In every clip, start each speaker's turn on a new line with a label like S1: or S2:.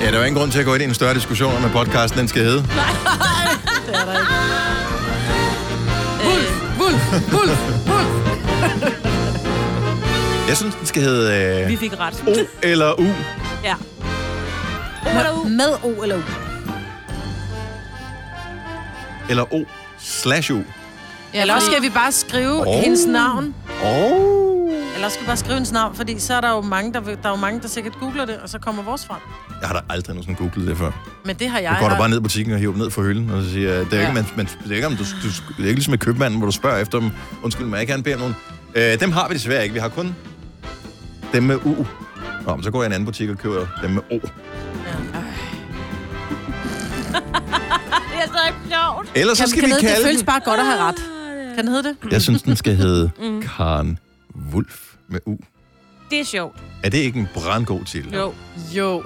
S1: Ja, der er jo ingen grund til at gå ind i en større diskussion om, hvad podcasten den skal hedde.
S2: Det er der ikke. Wolf, Wolf, Wolf, Wolf.
S1: Jeg synes, den skal hedde øh,
S3: Vi fik ret.
S1: O eller U.
S3: Ja.
S2: Med O eller U.
S1: Eller O slash U.
S2: Ja, eller også skal vi bare skrive
S1: Åh.
S2: oh. hendes navn.
S1: Oh.
S2: Eller også skal vi bare skrive hendes navn, fordi så er der jo mange, der, vil- der, er jo mange, der sikkert googler det, og så kommer vores frem.
S1: Jeg har da aldrig nogensinde googlet det før.
S2: Men det har jeg.
S1: Du går da
S2: og-
S1: bare ned i butikken og hiver dem ned fra hylden, og så siger jeg, det er jo
S2: Ja.
S1: ikke, man, man, det er ikke, om du, du, det er ikke ligesom med købmanden, hvor du spørger efter dem. Undskyld, må jeg gerne bede om nogen? Øh, dem har vi desværre ikke. Vi har kun dem med U. Nå, men så går jeg i en anden butik og køber dem med O.
S3: Det er så sjovt.
S1: Ellers så
S2: Jamen,
S1: skal
S2: kan
S1: vi
S2: det- Det
S1: kalde
S2: føles
S1: den...
S2: bare godt at have ret. Kan den hedde det?
S1: Jeg synes, den skal hedde
S3: Mm.
S1: Karen Wulf med U.
S3: Det er sjovt.
S1: Er det ikke en brandgod titel?
S3: Jo.
S2: Jo.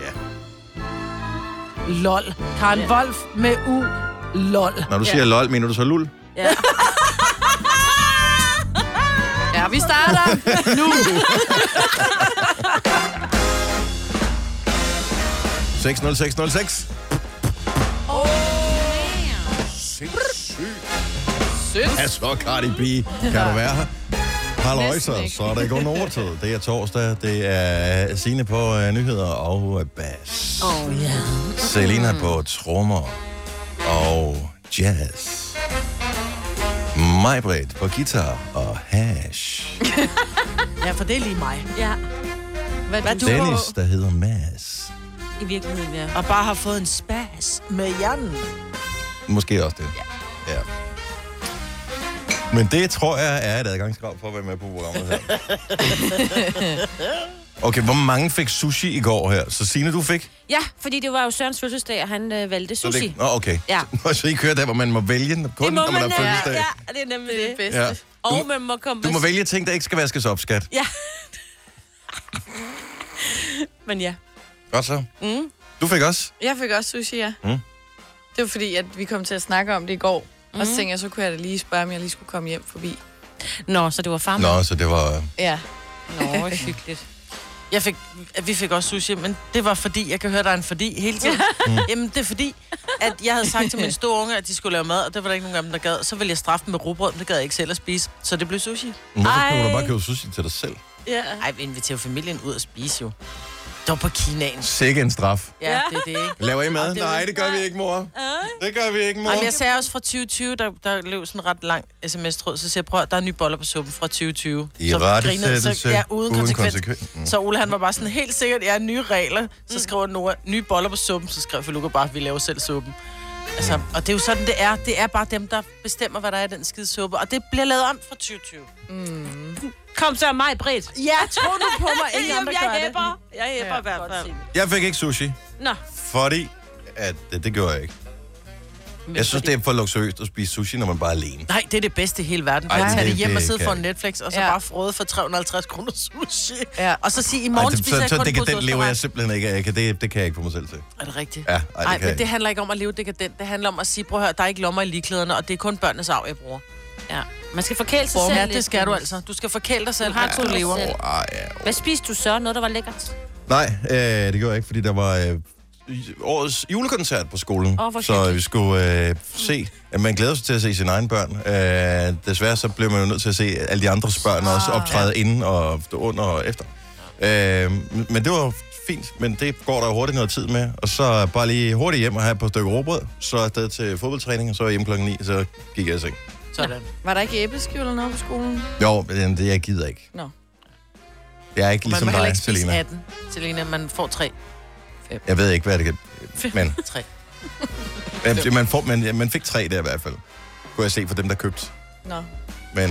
S1: Ja.
S2: Lol. Karen Wolf med U. Lol.
S1: Når du siger lol, mener du så lul?
S4: Ja, vi starter nu.
S1: Oh, Sindssygt. Ja, så Cardi B. Kan du være her? Halløj, så.
S4: Næsten ikke.
S1: Så er der ikke nogen overtid. Det er torsdag. Det er Signe på uh, nyheder og uh, bas.
S2: Åh, oh, ja.
S1: Selina på trommer og jazz. Majbrit på guitar og hash.
S2: Ja, for det er lige mig.
S3: Ja.
S4: Hvad,
S2: Hvad
S4: Hvad
S2: du
S4: du?
S2: er
S1: Dennis, der hedder Mads.
S3: I virkeligheden, ja.
S2: Og bare har fået en spas med hjernen.
S1: Måske også det. Ja. ja. Men det tror jeg er et adgangskrav for at være med på programmet her. Okay, hvor mange fik sushi i går her? Så Signe, du fik?
S3: Ja, fordi det var jo Sørens fødselsdag, og han øh, valgte
S1: Så
S3: sushi.
S1: Det, nå, okay.
S3: Ja.
S1: Så, så I kører der, hvor man må vælge, kun
S3: Det må
S1: når man
S3: man,
S1: har
S3: øh,
S1: fødselsdag.
S3: ja, det er nemlig det.
S4: bedste.
S1: ja. Du,
S3: Og man må komme
S1: du må
S3: på-
S1: vælge ting, der ikke skal vaskes op, skat.
S3: Ja. Men ja.
S1: Godt så. Mm. Du fik også?
S4: Jeg fik også sushi, ja.
S1: Mm.
S4: Det var fordi, at vi kom til at snakke om det i går. Mm. Og så tænkte jeg, så kunne jeg da lige spørge, om jeg lige skulle komme hjem forbi.
S3: Nå, så det var farmand.
S1: Nå, så det var...
S4: Ja.
S3: Nå, hyggeligt.
S2: Jeg fik, vi fik også sushi, men det var fordi, jeg kan høre, der er en fordi hele tiden. Mm. Jamen, det er fordi, at jeg havde sagt til mine store unge, at de skulle lave mad, og det var der ikke nogen af dem, der gad. Så ville jeg straffe dem med rugbrød, men det gad jeg ikke selv at spise. Så det blev sushi.
S1: Hvorfor kunne du
S3: Ej.
S1: bare købe sushi til dig selv?
S4: Ja.
S2: Ej, vi inviterer familien ud og spise jo. Det var på Kinaen.
S1: Sikke en straf.
S2: Ja, det er det, ikke?
S1: Laver I mad?
S2: det er-
S1: Nej, det gør vi ikke, mor. Det gør vi ikke, mor.
S2: Jamen, jeg sagde også fra 2020, der, der løb sådan en ret lang sms-tråd, så siger jeg, prøv at- der er nye boller på suppen fra 2020.
S1: I
S2: så
S1: rettesættelse,
S2: grinede- så- ja, uden,
S1: uden
S2: uden konsekvens.
S1: konsekvens. Mm.
S2: Så Ole, han var bare sådan, helt sikkert, jeg ja, nye regler.
S3: Mm.
S2: Så skriver Nora, nye boller på suppen, så skrev Feluca bare, vi laver selv suppen. Altså,
S1: Mm.
S2: og det er jo sådan, det er. Det er bare dem, der bestemmer, hvad der er i den skide suppe. Og det bliver lavet om fra 2020.
S3: Mm. Kom så, mig, Britt.
S2: Ja, tror du på mig,
S3: Jamen, jeg hæpper. Jeg hæpper
S2: Ja,
S3: i hvert fald.
S1: Jeg fik ikke sushi.
S3: Nå,
S1: Fordi, at det, det gjorde jeg ikke. jeg synes, det er for luksuriøst at spise sushi, når man bare er alene.
S2: Nej, det er det bedste i hele verden.
S1: Ej,
S2: Bare
S1: det-
S2: tage det hjem
S1: det
S2: og sidde
S1: kan
S2: for
S1: jeg ikke.
S2: Netflix, og så
S4: Ja.
S2: bare frode for 350 kroner sushi.
S4: Ja.
S2: Og så sige, i
S1: Ej,
S2: morgen
S1: det,
S2: spiser
S1: så,
S2: jeg
S1: så
S2: kun
S1: dekadent
S2: brunsås
S1: lever
S2: med
S1: jeg simpelthen ikke af. Jeg kan- Det, det kan jeg ikke få mig selv til.
S2: rej. Er det rigtigt?
S1: Ja, ej, det
S2: Nej,
S1: kan jeg
S2: men det
S1: ikke.
S2: handler ikke om at leve dekadent. Det handler om at sige, prøv at høre, der er ikke lommer i ligeklæderne, og det er kun børnenes arv, jeg bruger.
S3: ja. Man skal forkæle sig selv
S2: Ja,
S3: lidt,
S2: det skal du
S3: Dennis.
S2: altså. Du skal forkæle dig selv,
S3: Du har
S2: mens
S3: to
S2: du lever.
S3: lever.
S1: Åh, ej, ja.
S3: Hvad spiste du så? Noget, der var lækkert?
S1: Nej, øh, det gjorde jeg ikke, fordi der var øh, i- årets julekoncert på skolen.
S3: Åh, hvor
S1: så
S3: hyggeligt.
S1: vi skulle øh, se, at man glæder sig til at se sine egne børn. Øh, desværre så blev man jo nødt til at se alle de andres børn ah, også optræde ja. inden og under og efter. Øh, men- men det var fint, men det går der jo hurtigt noget tid med. Og så bare lige hurtigt hjem og have et par stykker råbrød, så afsted til fodboldtræning, og så hjem klokken 9, så gik jeg i seng.
S2: Sådan.
S4: Var der ikke æbleskiv eller noget på skolen?
S1: Jo, men det jeg gider ikke.
S4: Nå.
S1: Jeg er ikke
S2: Man
S1: ligesom
S2: må heller
S1: dig,
S2: ikke spise
S1: Selina.
S2: 18, Selina. Man får 3.
S1: Jeg ved ikke, hvad det kan... Men...
S2: 3.
S1: Ja, man, får, man, ja, man fik tre der i hvert fald, kunne jeg se for dem, der købte.
S4: Nå.
S1: Men det er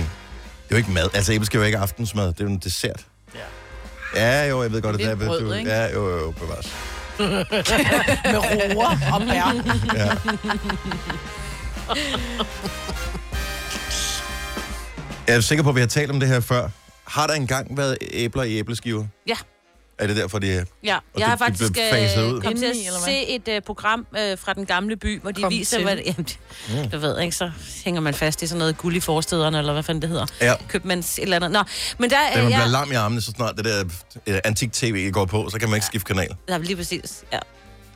S1: jo ikke mad. Altså, æbleskiver er jo ikke aftensmad. Det er jo en dessert.
S2: Ja.
S1: Ja, jo, jeg ved godt, at
S4: Det er
S1: det er...
S4: brød,
S1: du-
S4: ikke?
S1: Ja, jo, jo, bevares.
S2: Med roer og bær.
S1: Ja. Jeg er sikker på, at vi har talt om det her før. Har der engang været æbler i æbleskiver?
S3: Ja.
S1: Er det derfor, de er...
S3: Ja,
S1: Og
S3: jeg
S1: det-
S3: har
S1: det blev
S3: faktisk
S1: faset ud.
S3: øh, kommet til at
S4: Indeni, eller hvad?
S3: se et øh, program øh, fra den gamle by, hvor de
S4: Kom
S3: viser,
S4: til.
S3: hvad... Jamen, det-
S1: Mm.
S3: du ved ikke, så hænger man fast i sådan noget guld i forstederne, eller hvad fanden det hedder.
S1: Ja.
S3: Købmands et eller andet. Nå, men der
S1: Da man
S3: er
S1: bliver
S3: jeg...
S1: lam i armene, så snart det der øh, antik-tv går på, så kan man ikke skifte kanal.
S3: Ja, lige præcis, ja.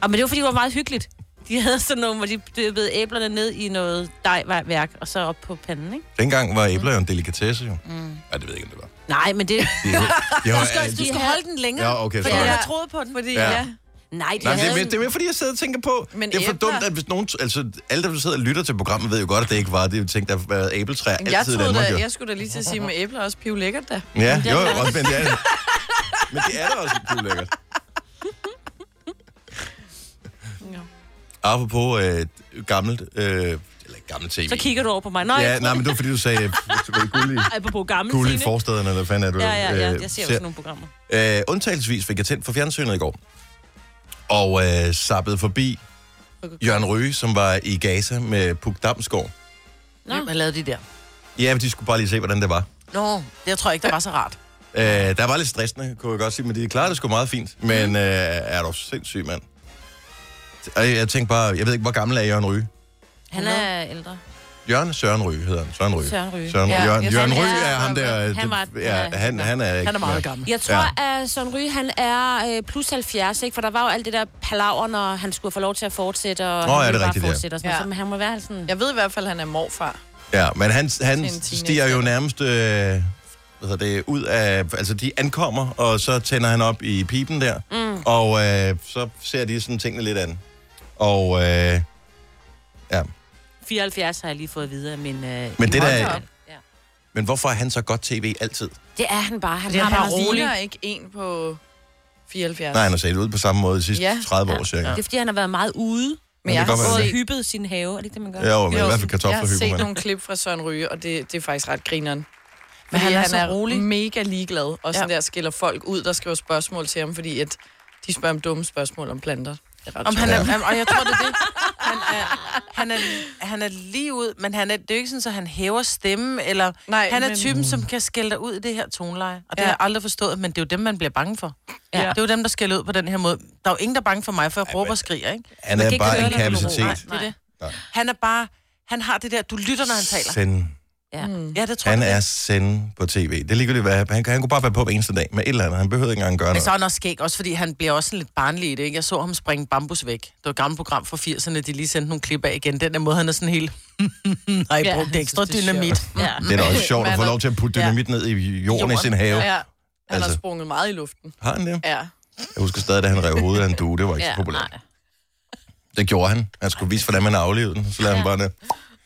S3: Og, men det var, fordi det var meget hyggeligt. De havde sådan nogle, hvor de dyppede æblerne ned i noget dejværk, og så op på panden, ikke?
S1: Dengang var æbler jo en delikatesse, jo. Mm. Ja, det ved jeg ikke, om det var.
S3: Nej, men det...
S1: De, de, de,
S2: Du skal, du skal holde den længere,
S1: Ja, okay,
S2: fordi
S1: sorry.
S2: jeg har troet på den.
S4: Fordi,
S1: Ja.
S4: ja. ja.
S3: Nej, de
S1: Nej, men det, er
S3: havde...
S1: mere, det er mere, fordi jeg sidder og tænker på... Men
S4: Men
S1: det er for
S4: æbler-
S1: dumt, at hvis nogen... Altså, alle, der sidder og lytter til programmet, ved jo godt, at det ikke var. Det er jo ting, der har været æbletræer
S4: Men Jeg,
S1: altid i
S4: troede
S1: Danmark, jo.
S4: da, jeg skulle da lige til at sige med æbler også piv lækkert da.
S1: Ja, jo, jo, også, men det er Men det er da også lidt lækkert.
S4: Ja.
S1: Apropos øh, gammelt... Øh, eller ikke gammelt tv.
S3: Så kigger du over på mig. Nej,
S1: Ja, nej, men det var fordi, du sagde... øh, Gullig,
S3: apropos gamle
S1: gullig
S3: Signe.
S1: forstederne, eller hvad fanden er du?
S3: Ja, ja, ja.
S1: øh,
S3: Jeg ser jo
S1: ser.
S3: sådan nogle programmer.
S1: Øh, undtagelsesvis fik jeg tændt for fjernsynet i går. Og øh, zappede forbi Jørgen Røge, som var i Gaza med Puk Damsgaard.
S3: Nå.
S2: Hvem har lavet de der?
S1: Ja, men de skulle bare lige se, hvordan det var.
S2: Nå, det tror jeg ikke, der var så rart.
S1: Øh, der var lidt stressende, kunne jeg godt sige, men de klarede det sgu meget fint.
S3: Mhm.
S1: Men øh, er du sindssyg, mand? Og jeg tænkte bare, jeg ved ikke, hvor gammel er Jørgen Ryge?
S3: Han er ældre.
S1: Jørgen Søren Ryge hedder han. Søren Ryge.
S3: Søren Ryge.
S1: Søren, ja,
S4: Ja,
S1: Jørgen,
S4: jeg
S1: Jørgen
S4: tror,
S1: Ryge
S4: han er-
S1: er ham der.
S3: han var-
S1: det, ja, han, han, er ikke
S2: Han er meget
S1: mere.
S2: gammel.
S3: Jeg tror, at Søren Ryge, han er øh, plus 70, ikke? For der var jo alt det der palaver, når han skulle få lov til at fortsætte, og
S1: Nå,
S3: han
S1: ja,
S3: ville
S1: det er
S3: bare
S1: rigtigt, ja.
S3: fortsætte og sådan
S4: Ja.
S3: ja. Så men han må være sådan...
S4: Jeg ved i hvert fald, at han er morfar.
S1: Ja, men han, han
S4: en teenager.
S1: stiger jo nærmest øh, hvad hedder det, ud af... Altså, de ankommer, og så tænder han op i pipen der. Mm. Og øh, så ser de sådan tingene lidt an. Og øh, ja,
S3: 74 har jeg lige fået at vide af min... Øh,
S1: Men det der-
S3: Ja.
S1: men hvorfor er han så godt tv altid?
S3: Det er han bare. Han
S2: Det er
S3: har
S2: bare
S3: bare
S4: Han
S3: rolig.
S4: ligner ikke en på 74.
S1: Nej, han har set ud på samme måde de sidste ja.
S4: Ja.
S1: 30 år cirka.
S3: Det er, fordi han har været meget ude.
S4: men
S1: det
S4: jeg
S1: kan
S4: har
S1: godt være.
S3: Og
S4: set,
S3: hyppet sin have. Er det ikke det, man gør?
S1: Ja, jo, men i
S4: Jo,
S1: hvert fald
S4: jeg har set
S1: kartofler
S4: nogle klip fra Søren Ryge, og det, det er faktisk ret grineren.
S2: Men
S4: Men
S2: han
S4: han,
S2: er
S4: han
S2: så
S4: er
S2: rolig.
S4: rolig. mega ligeglad, og sådan
S2: Ja.
S4: ja. der skiller folk ud, der skriver spørgsmål til ham, fordi at de spørger om dumme spørgsmål om planter. Det er ret
S2: Om han
S4: sjovt.
S2: er, og jeg tror, det er det. Han er, han er, han er lige ud, men han er, det er jo ikke sådan, at han hæver stemme, eller Nej,
S4: Nej,
S2: han er
S4: men-
S2: typen, som kan skælde dig ud i det her toneleje. Og det
S4: Ja.
S2: har jeg aldrig forstået, men det er jo dem, man bliver bange for. Ja.
S3: Ja.
S2: Det er jo dem, der skælder ud på den her måde. Der er jo ingen, der er bange for mig, for jeg råber og skriger, ikke?
S1: Han
S3: Man
S1: er
S3: kan ikke
S1: bare
S3: høre
S1: en
S3: det, når du
S1: kapacitet.
S3: råber.
S2: Det er det.
S1: Nej.
S2: Han er bare, han har det der, du lytter, når han taler.
S1: Send.
S3: Ja.
S4: Mm.
S2: Ja, det tror
S1: Han
S2: jeg.
S1: er send på tv. Det er ligegyldigt, hvad han, han kunne bare være på hver eneste dag med et eller andet. Han behøvede ikke engang gøre
S2: Men så
S1: noget.
S2: er han også skæg, også fordi han bliver også sådan lidt barnlig i det, ikke? Jeg så ham springe bambus væk. Det var et gammelt program fra 80'erne, de lige sendte nogle klip af igen. Den der måde, han er sådan helt... Nej,
S3: Ja,
S2: jeg
S3: han
S2: brugte
S3: synes,
S2: ekstra
S3: det er
S2: dynamit.
S3: Ja.
S1: Det er da også sjovt at få
S4: Man er-
S1: lov til at putte
S4: Ja.
S1: dynamit ned i jorden i sin have.
S4: Ja, han altså.
S1: Altså.
S4: har sprunget meget i luften.
S1: Har han det?
S4: Ja.
S1: Jeg husker stadig, da han rev hovedet af en due. Det var ikke så
S3: Ja,
S1: populært.
S3: nej.
S1: Det gjorde han. Han skulle vise, hvordan man aflevede den. Så lavede han bare det.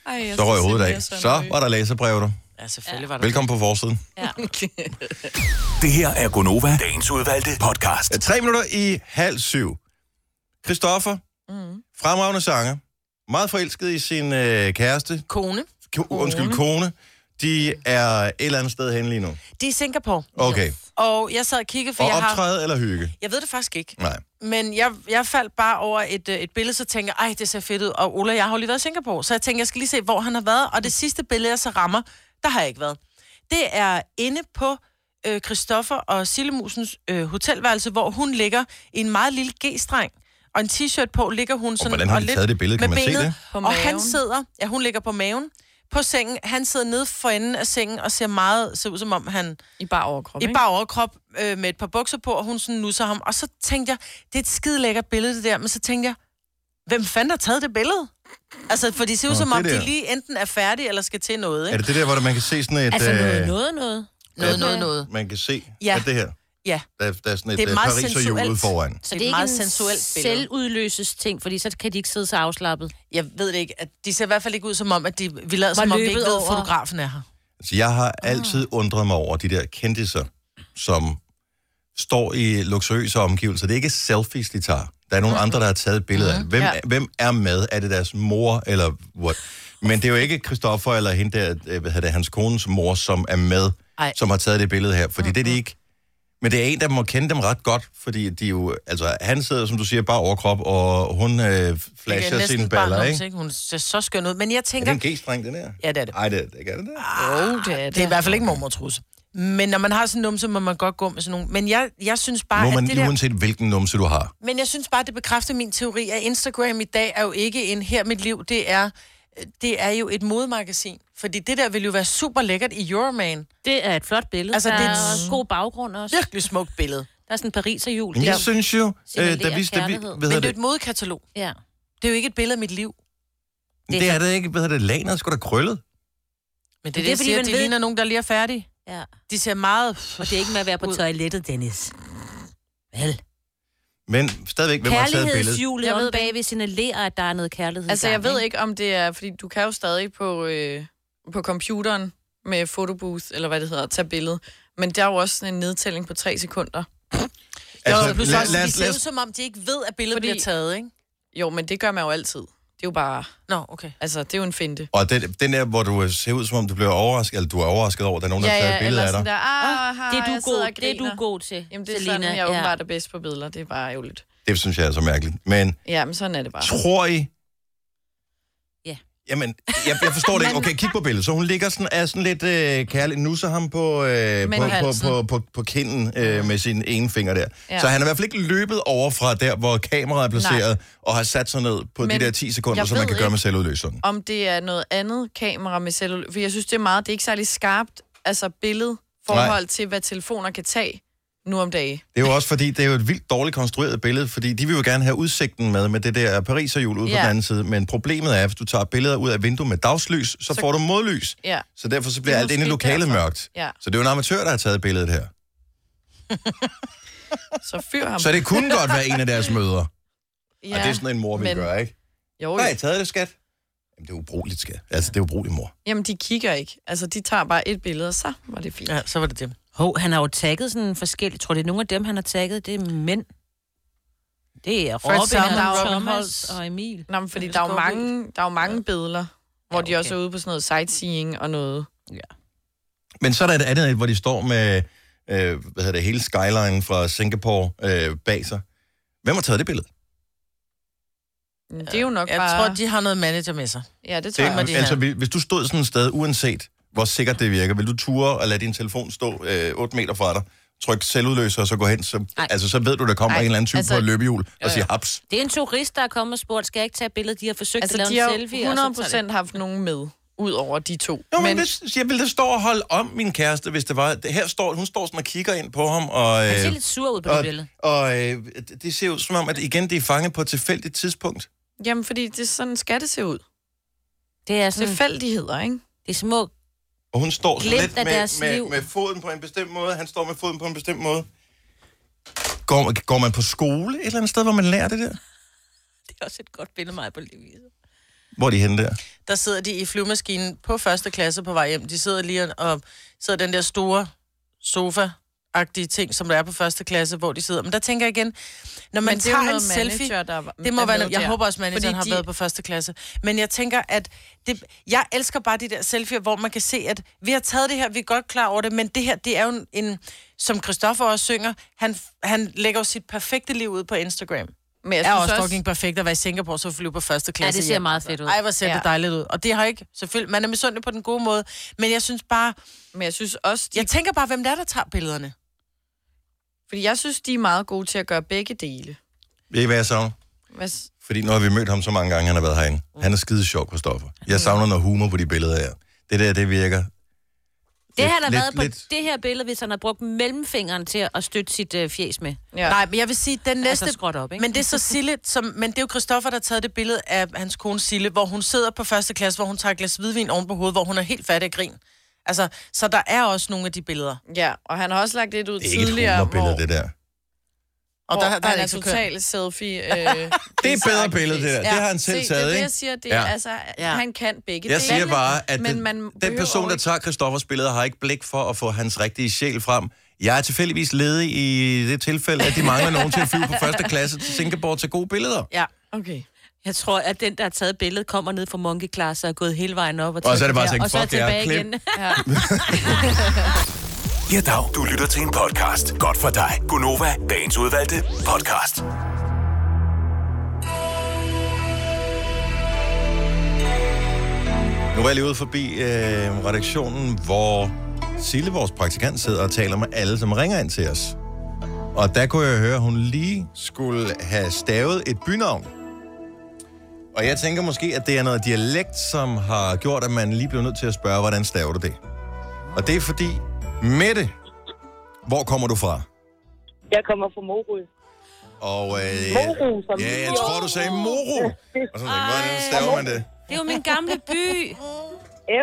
S4: Ej, jeg
S1: Så røg
S4: synes,
S1: hovedet
S4: det er
S1: af.
S4: Søren
S1: Så
S4: Ryge.
S1: var der læserbrev der.
S2: Ja, selvfølgelig var der
S1: Velkommen på forsiden.
S3: Ja.
S5: Det her er Gonova, dagens udvalgte podcast.
S1: Øh, Tre minutter i halv syv. Christoffer, mm. fremragende sanger, meget forelsket i sin øh, kæreste,
S2: kone.
S1: Ko- undskyld, kone. De er et eller andet sted henne lige nu.
S2: Det er i Singapore.
S1: Okay.
S2: Og jeg sad og kiggede, for
S1: Og
S2: jeg har...
S1: optræde eller hygge?
S2: Jeg ved det faktisk ikke.
S1: Nej.
S2: Men jeg, jeg faldt bare over et, øh, et billede, så tænker jeg, ej, det ser fedt ud. Og Ola, jeg har jo lige været i Singapore, så jeg tænker, jeg skal lige se, hvor han har været. Og det sidste billede, jeg så rammer, der har jeg ikke været. Det er inde på øh, Christoffer og Sillemusens øh, hotelværelse, hvor hun ligger i en meget lille G-streng. Og en t-shirt på ligger hun sådan...
S1: hvordan har
S2: og
S1: de
S2: lidt
S1: taget det billede? Kan
S2: med
S1: man se
S2: benet.
S1: det?
S4: På
S2: og han
S4: maven.
S2: sidder... Ja, hun ligger på maven på sengen. Han sidder nede for enden af sengen og ser meget... Ser ud som om han...
S4: I bare overkrop,
S2: I bare overkrop øh, med et par bukser på, og hun sådan nusser ham. Og så tænkte jeg, det er et skide lækkert billede, det der. Men så tænkte jeg, hvem fanden har taget det billede? Altså, for de ser ud
S1: Nå,
S2: som
S1: det
S2: om,
S1: der.
S2: de lige enten er færdige, eller skal til noget,
S1: Er
S2: ikke?
S1: det det der, hvor man kan se sådan et...
S3: Altså noget,
S1: øh,
S3: noget, noget.
S2: Noget, noget, noget.
S1: Man kan se,
S2: Ja.
S1: at det her...
S2: Ja.
S1: Der, der er sådan et
S2: Det er
S1: øh,
S2: meget
S1: pariserhjul
S2: sensuelt.
S1: ude foran.
S3: Så det
S2: Det er
S3: er
S2: et
S3: ikke
S2: meget
S3: en
S2: sensuelt billede.
S3: selvudløses ting, fordi så kan de ikke sidde så afslappet.
S2: Jeg ved det ikke. At de ser i hvert fald ikke ud som om, at de, vi lader som
S3: Var
S2: om, vi ikke
S3: løbet
S2: ved, at
S3: over.
S2: fotografen er her.
S1: Altså, jeg har
S2: Ah.
S1: altid undret mig over de der kendtiser, som står i luksuriøse omgivelser. Det er ikke selfies, de tager. Der er nogle andre, der har taget billeder
S2: Mm-hmm.
S1: af det. Hvem,
S4: Ja.
S1: hvem er med? Er det deres mor, eller what? Men det er jo ikke Christoffer eller hende der, øh, hvad hedder det, hans kones mor, som er med, Ej.
S2: Ej.
S1: som har taget det billede her. Fordi mm-hmm. det er de ikke. Men det er en, der må kende dem ret godt, fordi de jo, altså, han sidder, som du siger, bare overkrop, og hun øh,
S2: Det er
S1: flasher
S2: næsten
S1: sine
S2: bare
S1: baller,
S2: nogen,
S1: ikke?
S2: ikke? Hun ser så skøn ud. Men jeg
S1: Er det
S2: tænker...
S1: en g-streng, den her?
S2: Ja, det er det.
S1: Ej, det, det er det der.
S2: Ah,
S4: Jo, det er
S2: Det er i hvert fald ikke mormor trusse. Men når man har sådan en numse, må man godt gå med sådan nogle. Men jeg, jeg synes bare,
S1: Må
S2: at
S1: man,
S2: det der...
S1: uanset hvilken numse du har.
S2: Men jeg synes bare, det bekræfter min teori, at Instagram i dag er jo ikke en her mit liv. Det er, det er jo et modemagasin. Fordi det der ville jo være super lækkert i Euroman.
S3: Det er et flot billede.
S2: Altså,
S3: Altså, der
S2: det
S3: det
S2: er
S3: er
S2: et-
S3: også god baggrund også.
S2: Virkelig smukt billede.
S3: Der er sådan en Paris og jul.
S1: Men
S3: der.
S1: jeg synes jo, øh,
S3: Signalerer
S1: da vi, da vi
S3: kærlighed.
S1: hvad
S2: Men
S1: hedder
S2: det er jo
S1: det,
S2: et modekatalog.
S3: Ja.
S2: Det er jo ikke et billede af mit liv.
S3: det-
S1: det er det ikke, hvad hedder det, lagen er sgu da krøllet.
S2: Men det er det,
S3: det er,
S2: jeg
S3: fordi
S2: siger,
S3: man
S2: de
S3: ved-
S2: ligner nogen, der lige er færdige.
S3: ja.
S2: De ser meget...
S3: Og det er ikke med at være på toilettet, Dennis. Vel.
S1: Men stadigvæk, hvem har taget billedet?
S3: Kærlighedshjulet
S4: Jeg ved
S3: om
S4: det
S3: bagved signalerer, at der er noget kærlighed. i
S4: Altså, jeg
S3: gang,
S4: ved ikke, om det er... Fordi du kan jo stadig på, øh, på computeren med fotobooth, eller hvad det hedder, tage billede. Men der er jo også sådan en nedtælling på tre sekunder.
S2: Altså,
S1: Altså,
S2: jo, plus
S1: lad,
S2: også,
S1: lad,
S2: de
S1: os-
S2: ser
S1: lad,
S2: ud
S1: os-
S2: som om, de ikke ved, at billedet
S4: Fordi-
S2: bliver taget, ikke?
S4: Jo, men det gør man jo altid. Det er jo bare...
S2: Nå, okay.
S4: Altså, det er jo en finte.
S1: og den, den der, hvor du øh, ser ud, som om du bliver overrasket, eller du er overrasket over, at der er nogen, der har taget et billede af dig.
S4: der, ah, her,
S3: Det
S4: jeg
S3: er du,
S4: sidder
S3: god,
S4: og
S3: det er du
S4: griner."
S3: god til,
S4: Jamen, det er
S3: Selina.
S4: sådan, jeg åbenbart er bedst på billeder. Det er bare ærgerligt.
S1: Det synes jeg er så mærkeligt. Men
S4: Ja, men sådan er det bare.
S1: tror I...
S3: Ja.
S1: Jamen, jeg, jeg forstår det ikke. Okay, kig på billedet. Så hun ligger sådan, er sådan lidt øh, kærlig. Nusser ham på, øh,
S4: Men
S1: på, på,
S4: halsen.
S1: på, på, på kinden øh, med sin ene finger der. Ja.
S4: Ja.
S1: Så han er i hvert fald ikke løbet over fra der, hvor kameraet er placeret, Nej. og har sat sig ned på Men
S4: Men
S1: de der 10 sekunder,
S4: jeg
S1: som man
S4: ved
S1: kan gøre
S4: ikke-
S1: med selvudløseren.
S4: Om det er noget andet kamera med cellul... For jeg synes, det er meget... Det er ikke særlig skarpt, altså billede forhold til, hvad telefoner kan tage nu om dagen.
S1: Det er jo også fordi, det er jo et vildt dårligt konstrueret billede, fordi de vil jo gerne have udsigten med, med det der pariserhjul ude ja. på
S4: Ja.
S1: den anden side. Men problemet er, at hvis du tager billeder ud af vinduet med dagslys, så, så får du modlys.
S4: Ja.
S1: Så derfor så bliver
S4: Det er
S1: alt inde i
S4: måske
S1: lokalet
S4: derfor.
S1: mørkt.
S4: Ja.
S1: Så det er jo en amatør, der har taget billedet her.
S4: Så fyr ham.
S1: Så det kunne godt være en af deres møder.
S4: ja.
S1: Ja, og det er sådan en mor, vi
S4: men-
S1: gør, ikke?
S4: Jo,
S1: Hvad har I taget det, skat? Jamen, det er ubrugeligt, skat. Altså, det er ubrugeligt, mor.
S4: Jamen, de kigger ikke. Altså, de tager bare et billede, og så var det fint. Ja.
S2: Ja, så var det det.
S3: Hov, han har jo tagget sådan forskellige... Tror det er nogle af dem, han har tagget? Det er mænd. Det er Robin,
S2: Summer,
S3: Robin,
S2: Robin
S3: Thomas
S2: Holst.
S3: og Emil.
S4: Nå, men fordi
S2: Det
S4: der er, jo
S2: skal vi-
S4: mange, der er jo mange billeder, hvor
S3: Ja,
S4: de også
S3: okay.
S4: er ude på sådan noget sightseeing og noget.
S1: Men så er der et andet, hvor de står med øh, hvad hedder det, hele skyline fra Singapore øh, bag sig. Hvem har taget det billede?
S4: Men Det er jo nok
S2: Jeg
S4: bare...
S2: tror, de har noget manager med sig.
S4: Ja, det tror jeg.
S1: Det,
S2: de
S1: det
S2: her.
S1: altså, vi- hvis du stod sådan et sted, uanset hvor sikkert det virker, vil du ture og lade din telefon stå øh, 8 meter fra dig, trykke selvudløser og så gå hen, så,
S3: Ej. Øh,
S1: altså, så ved du, der kommer
S4: Ej,
S1: en eller anden type altså,
S4: altså-
S1: på et løbehjul og siger haps.
S3: Det er en turist, der er kommet og spurgt, skal jeg ikke tage billede? De har forsøgt
S4: Altså,
S3: at lave
S4: de har
S3: en selfie. og så tager de-
S4: jo 100% haft nogen med, ud over de to.
S1: Jo, men, men hvis, jeg ville da stå og holde om min kæreste, hvis det var... det- Her står, hun står sådan og kigger ind på ham, og...
S3: Han ser
S1: Øh,
S3: lidt sur ud på det
S1: og,
S3: billede.
S1: og øh, det- det ser ud som om, at igen, det er fanget på et tilfældigt tidspunkt.
S4: Jamen, fordi det er sådan, skal det se ud.
S3: Det er sådan...
S4: Tilfældigheder, ikke?
S3: Det er små...
S1: Og hun står sådan
S3: Glimt
S1: lidt
S3: af
S1: med,
S3: deres
S1: med,
S3: liv.
S1: med foden på en bestemt måde, han står med foden på en bestemt måde. Går, går man på skole et eller andet sted, hvor man lærer det der?
S3: Det er også et godt billede mig på livet.
S1: Hvor er de henne der?
S2: Der sidder de i flyvemaskinen på første klasse på vej hjem. De sidder lige og sidder i den der store sofa-agtige ting, som der er på første klasse, hvor de sidder. Men der tænker jeg igen, når man
S4: Men det er jo
S2: tager en
S4: noget
S2: selfie...
S4: manager, der
S2: Det må
S4: er
S2: være,
S4: med
S2: jeg
S4: der.
S2: håber også, manageren
S4: Fordi
S2: har
S4: de-
S2: været på første klasse. Men jeg tænker, at det, jeg elsker bare de der selfies, hvor man kan se, at vi har taget det her, vi er godt klar over det, men det her, det er jo en, en som Christoffer også synger, han, han lægger jo sit perfekte liv ud på Instagram.
S4: Men jeg
S2: Jeg er
S4: synes
S2: også
S4: også,
S2: fucking perfekt at være i Singapore, så flyve på første
S3: Ja,
S2: klasse.
S3: det ser
S2: hjem,
S3: meget
S2: altså.
S3: fedt ud.
S2: Ej, hvor ser ja. det
S4: Ja.
S2: dejligt ud. Og det har ikke, selvfølgelig, man er misundelig på den gode måde, men jeg synes bare,
S4: men jeg synes også, de,
S2: jeg tænker bare, hvem det er, der tager billederne.
S4: fordi jeg synes, de er meget gode til at gøre begge dele.
S1: Ved I, hvad jeg savner?
S4: Hvad, s-
S1: Fordi nu har vi mødt ham så mange gange, han har været herinde. Han er skide sjov, Christoffer. Jeg savner noget humor på de billeder her. Det der, det virker...
S3: Det
S1: lidt-
S3: han har
S1: lidt-
S3: været på
S1: lidt-
S3: det her billede, hvis han har brugt mellemfingeren til at støtte sit øh, fjes med.
S4: Ja.
S2: Ja. Nej, men jeg vil sige, den næste...
S3: Næste... Altså skråt op, ikke?
S2: Men det er så Sille, som, men det er jo Christoffer, der har taget det billede af hans kone Sille, hvor hun sidder på første klasse, hvor hun tager et glas hvidvin oven på hovedet, hvor hun er helt fattig af grin. Altså, så der er også nogle af de billeder.
S4: ja, og han har også lagt et ud
S1: Det er ikke et
S4: tidligere,
S1: humorbillede,
S4: hvor,
S1: det der.
S2: Og
S4: hvor
S2: der, der, der er
S4: han
S2: det
S4: er
S2: ikke så kønt.
S4: totalt selfie. Øh, det
S1: Det er et bedre billede, det der. Det har han selv taget,
S4: se, det, er det,
S1: ikke?
S4: jeg siger, det er,
S1: Ja.
S4: altså,
S2: Ja.
S4: han kan begge
S1: Jeg siger
S4: dele,
S1: bare, at
S4: men
S1: den,
S4: man
S1: den
S4: behøver
S1: person,
S4: jo
S1: der
S4: ikke-
S1: tager Christoffers billeder, har ikke blik for at få hans rigtige sjæl frem. Jeg er tilfældigvis ledig i det tilfælde, at de mangler nogen til at flyve på første klasse til Singapore til gode billeder.
S2: Ja.
S4: Okay.
S3: Jeg tror, at den, der har taget billedet, kommer ned fra Monkey Class og er gået hele vejen op. Og,
S1: så er det bare
S3: der,
S1: tænkt,
S3: og så er
S1: fuck, det er
S3: tilbage
S1: klip.
S3: igen.
S4: Ja.
S5: Ja, dag. Du lytter til en podcast. Godt for dig. Gunova. Dagens udvalgte podcast.
S1: Nu var jeg lige ude forbi øh, redaktionen, hvor Sille, vores praktikant, sidder og taler med alle, som ringer ind til os. Og der kunne jeg høre, at hun lige skulle have stavet et bynavn. Og jeg tænker måske, at det er noget dialekt, som har gjort, at man lige blev nødt til at spørge, hvordan staver du det? Og det er fordi, Mette, hvor kommer du fra?
S6: Jeg kommer fra Morud.
S1: Og, øh,
S6: Moro, som
S1: ja,
S6: vi
S1: jeg
S6: siger.
S1: tror, du sagde Moro. Og så tænkte, jeg, hvordan staver man det?
S3: Det er jo min gamle by.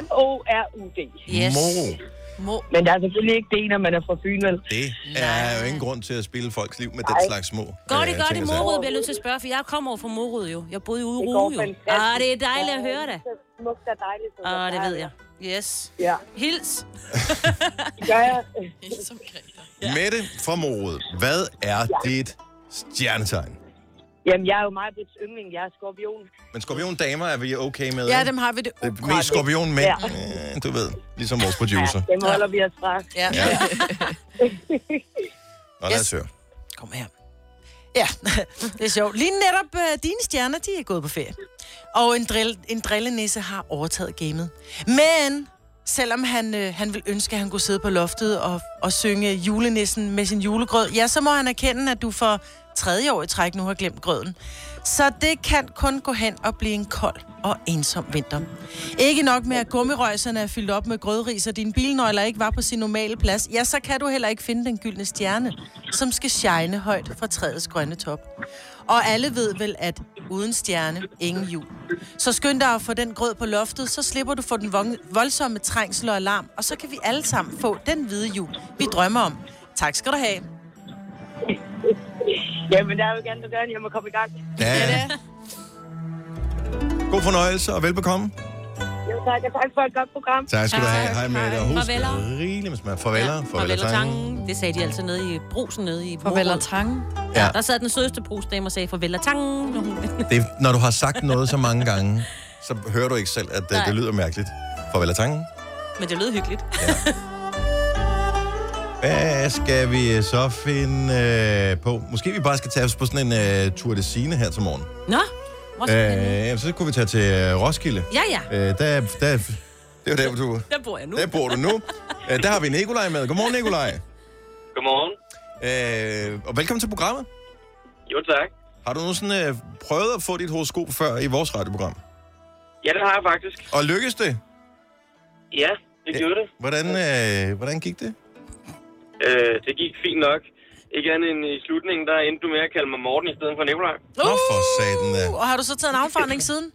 S6: M-O-R-U-D.
S3: Yes.
S1: Moro.
S6: Men der er selvfølgelig ikke det, når man er fra Fyn, vel?
S1: Det er jo ingen grund til at spille folks liv med den slags små.
S3: Går
S1: øh,
S3: det godt
S1: ting
S3: i
S1: og sager.
S3: Morud, bliver jeg nødt til at spørge, for jeg kommer over fra Morud jo. Jeg boede i Ude
S6: Det går
S3: jo.
S6: fantastisk.
S3: Ah, det er dejligt at høre det.
S6: Det er så smukt og dejligt. som
S3: Ah, det
S6: er.
S3: ved jeg. Yes.
S6: Ja,
S3: Hils.
S6: det gør jeg.
S4: Som Greta.
S1: Mette fra Morud, hvad er dit stjernetegn?
S6: Jamen, jeg er jo meget på yndling. Jeg er skorpion.
S1: Men skorpiondamer er vi okay med?
S4: Ja,
S1: ikke?
S4: dem har vi det.
S1: det er mest skorpionmænd, ja. du ved, ligesom vores producer.
S6: Dem holder vi os fra.
S4: Ja.
S1: Ja. Nå, lad os
S4: Yes.
S1: høre.
S2: Kom her. Ja, det er sjovt. Lige netop øh, dine stjerner, de er gået på ferie. Og en, drill, en drillenisse har overtaget gamet. Men selvom han, øh, han vil ønske, at han kunne sidde på loftet og, og synge julenissen med sin julegrød, ja, så må han erkende, at du for tredje år i træk nu har glemt grøden. Så det kan kun gå hen og blive en kold og ensom vinter. Ikke nok med, at gummirøjserne er fyldt op med grødris, og dine bilnøgler ikke var på sin normale plads, ja, så kan du heller ikke finde den gyldne stjerne, som skal shine højt fra træets grønne top. Og alle ved vel, at uden stjerne, ingen jul. Så skynd dig at få den grød på loftet, så slipper du for den vong- voldsomme trængsel og alarm, og så kan vi alle sammen få den hvide jul, vi drømmer om. Tak skal du have.
S6: Jamen, der er jo gerne, du gør, jeg må komme i gang.
S1: Ja. God fornøjelse og velbekomme.
S6: Jo, tak. Og tak for et godt program.
S1: Tak skal du
S3: Tak.
S1: have. Hej Mette. Og husk,
S3: Farveler.
S1: rigeligt med smag. Farveler.
S3: Farvel og
S1: Farveler.
S3: tangen. Det sagde de altså nede i brusen nede i
S4: Farvel og
S3: Morud.
S4: tang.
S1: Ja,
S3: Der sad den sødeste brusdame og sagde farvel og tangen. når hun-
S1: det, er- når du har sagt noget så mange gange, så hører du ikke selv, at det,
S3: Nej.
S1: det lyder mærkeligt. Farvel og tangen.
S3: Men det lød hyggeligt.
S1: Hvad skal vi så finde øh, på? Måske vi bare skal tage os på sådan en øh, tur de sine her til morgen.
S3: Nå, hvor skal vi hen?
S1: Øh, så kunne vi tage til øh, Roskilde.
S3: Ja, ja.
S1: Øh, der, der, det er jo der, hvor du,
S3: Der bor jeg nu.
S1: der bor du nu. Øh, der har vi Nikolaj med. Godmorgen, Nikolaj.
S7: Godmorgen.
S1: Øh, og velkommen til programmet.
S7: Jo, tak.
S1: Har du nogensinde øh, prøvet at få dit horoskop før i vores radioprogram?
S7: Ja, det har jeg faktisk.
S1: Og lykkedes det?
S7: Ja, det
S1: Ja.
S7: gjorde det.
S1: Hvordan, øh, hvordan gik det?
S7: Øh, det gik fint nok. Ikke andet end i slutningen, der endte du med at kalde mig Morten i stedet for Nikolaj.
S1: Nå, for satan da.
S2: Uh, Og har du så taget en afforandring siden?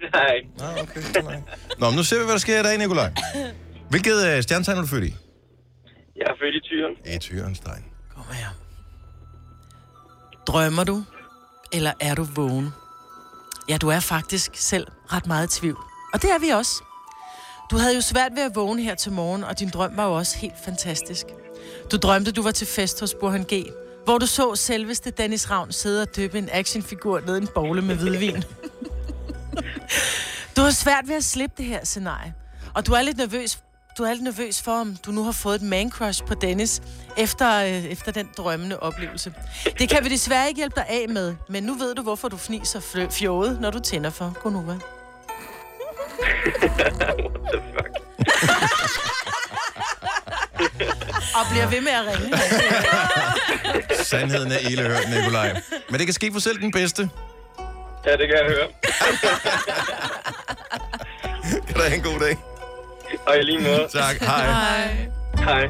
S7: Det har jeg ikke.
S1: Nå, okay. så nej. Nå, men nu ser vi, hvad der sker i dag, Nikolaj. Hvilket øh, stjernetegn er du født i?
S7: Jeg er født i tyren.
S1: I Tyrenstein.
S2: Kom her. Drømmer du, eller er du vågen? Ja, du er faktisk selv ret meget i tvivl. Og det er vi også. Du havde jo svært ved at vågne her til morgen, og din drøm var jo også helt fantastisk. Du drømte, du var til fest hos Burhan G., hvor du så selveste Dennis Ravn sidde og døbe en actionfigur ned i en bogle med hvidvin. Du har svært ved at slippe det her scenarie. Og du er lidt nervøs, du er lidt nervøs for, om du nu har fået et man-crush på Dennis efter, øh, efter den drømmende oplevelse. Det kan vi desværre ikke hjælpe dig af med, men nu ved du, hvorfor du fniser fl- fjået, når du tænder for Gonova.
S7: What the fuck?
S2: Og bliver ved med at ringe.
S1: Sandheden er ilehørt, Nikolaj. Men det kan ske for selv den bedste.
S7: Ja, det kan jeg høre.
S1: Kan du have en god dag?
S7: Og i lige måde.
S1: Tak, hej.
S7: Hej.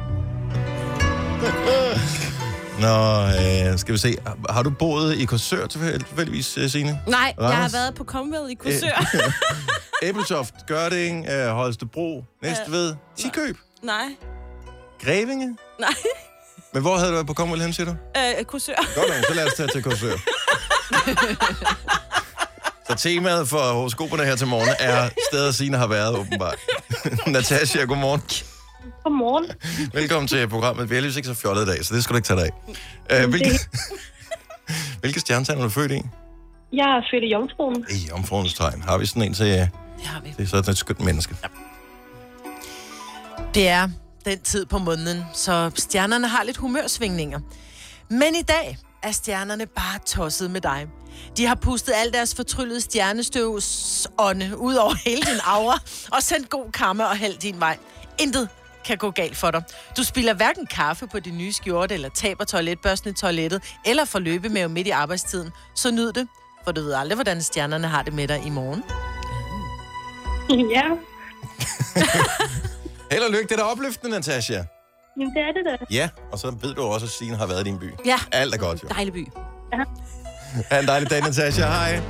S1: Nå, øh, skal vi se. Har du boet i Korsør tilfældigvis, øh, Signe?
S3: Nej, jeg har
S1: Randers.
S3: været på Commonwealth i Korsør.
S1: Øh. Æbeltoft, Gørding, øh, Holstebro, Næstved, Tikøb,
S3: Nej,
S1: Grevinge.
S3: nej.
S1: Men hvor havde du været på Kommerl hen, siger du?
S3: Øh, Korsør.
S1: Godt nok, så lad os tage til Korsør. Så temaet for horoskoperne her til morgen er steder, Signe har været, åbenbart. Natasha, godmorgen.
S6: Godmorgen.
S1: Velkommen til programmet. Vi er heldigvis ikke så fjollet i dag, så det skal du ikke tage dig af. Øh, hvilke, hvilke stjernetegn er du født i?
S6: Jeg er født i Jomfruen.
S1: I omfruens tegn. Har vi sådan en til... øh,
S2: Det har vi.
S1: Det er sådan et skønt menneske.
S2: Det er den tid på måneden, så stjernerne har lidt humørsvingninger. Men i dag er stjernerne bare tosset med dig. De har pustet al deres fortryllede stjernestøvsånde ud over hele din aura og sendt god karma og held din vej. Intet kan gå galt for dig. Du spilder hverken kaffe på din nye skjorte, eller taber toiletbørsten i toilettet, eller får løbemave midt i arbejdstiden. Så nyd det, for du ved aldrig, hvordan stjernerne har det med dig i morgen.
S6: ja,
S1: Held og lykke, det er da opløftende, Natasha.
S6: jamen, det er det da.
S1: Ja, og så ved du også, at Signe har været i din by.
S3: Ja.
S1: Alt er godt, jo.
S3: Dejlig by.
S1: Ha' en dejlig dag, Natasha. Hej.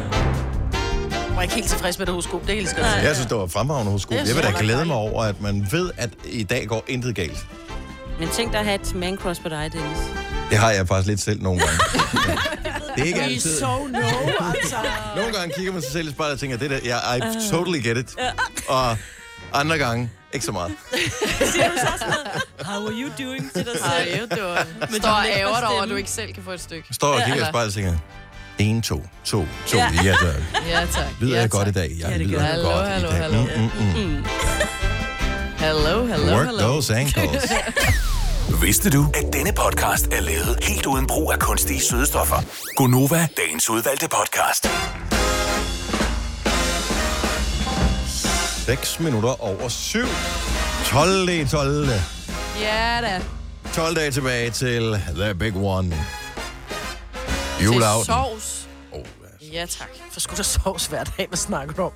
S2: Jeg var ikke helt tilfreds med det hosko, det er helt skønt.
S1: Jeg synes, det var fremragende hos skolen.
S2: Det
S1: Jeg vil da
S2: synes jeg
S1: glæde
S2: var
S1: mig over, at man ved, at i dag går intet galt.
S3: Men tænk dig at have et man crush på dig, Dennis.
S1: Det har jeg faktisk lidt selv nogle gange. det er ikke altid.
S2: no, altså.
S1: Nogle gange kigger man sig selv i spejlet og tænker, det der, yeah,
S3: Øh.
S1: I
S4: Øh.
S1: totally get it. Og andre gange, ikke så meget.
S3: How are you doing til dig
S4: Ej, jo, det var... Står og ærger dig over, at du ikke selv kan få et stykke.
S1: Jeg står og kigger i spejlet og tænker, en, to, to, to, ja, ja tak.
S4: Ja, tak.
S1: Lyder
S4: ja,
S1: jeg godt i
S4: tak.
S1: dag? Jeg lyder
S4: jeg.
S1: godt
S4: Hallo,
S1: i dag.
S4: hallo,
S1: Mm, mm, mm.
S4: Hello, hello,
S1: Work
S4: hello.
S1: those ankles.
S5: Vidste du, at denne podcast er lavet helt uden brug af kunstige sødestoffer? Gonova, dagens udvalgte podcast.
S1: 6 minutter over 7. 12. i 12.
S4: Ja da.
S1: 12 dage tilbage til The Big One.
S4: Til
S1: Juleaften.
S4: sovs.
S1: Oh, ja.
S4: Ja, tak.
S2: For skulle der sovs hver dag, hvad snakker du om?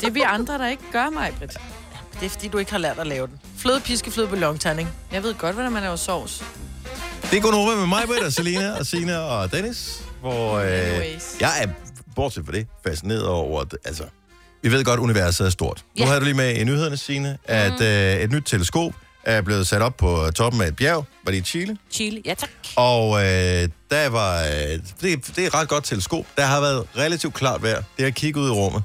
S4: Det er vi andre, der ikke gør mig, Britt.
S2: Det er fordi, du ikke har lært at lave den. Fløde, piske, fløde, ballonterning.
S4: Jeg ved godt, hvordan man laver sovs.
S1: Det er Gunova med mig, Britt, og Selina, og Sina og Dennis. Hvor øh,
S4: Anyways.
S1: jeg er, bortset fra det, fascineret over, at, altså, vi ved godt, universet er stort. Nu
S3: Ja.
S1: har du lige med i nyhederne, Sine, at
S4: Mhm.
S1: øh, et nyt teleskop er blevet sat op på toppen af et bjerg, var det i Chile?
S3: Chile, ja tak.
S1: Og øh, der var, øh, det, det er et ret godt teleskop. Der har været relativt klart vejr. Det har kigget ud i rummet.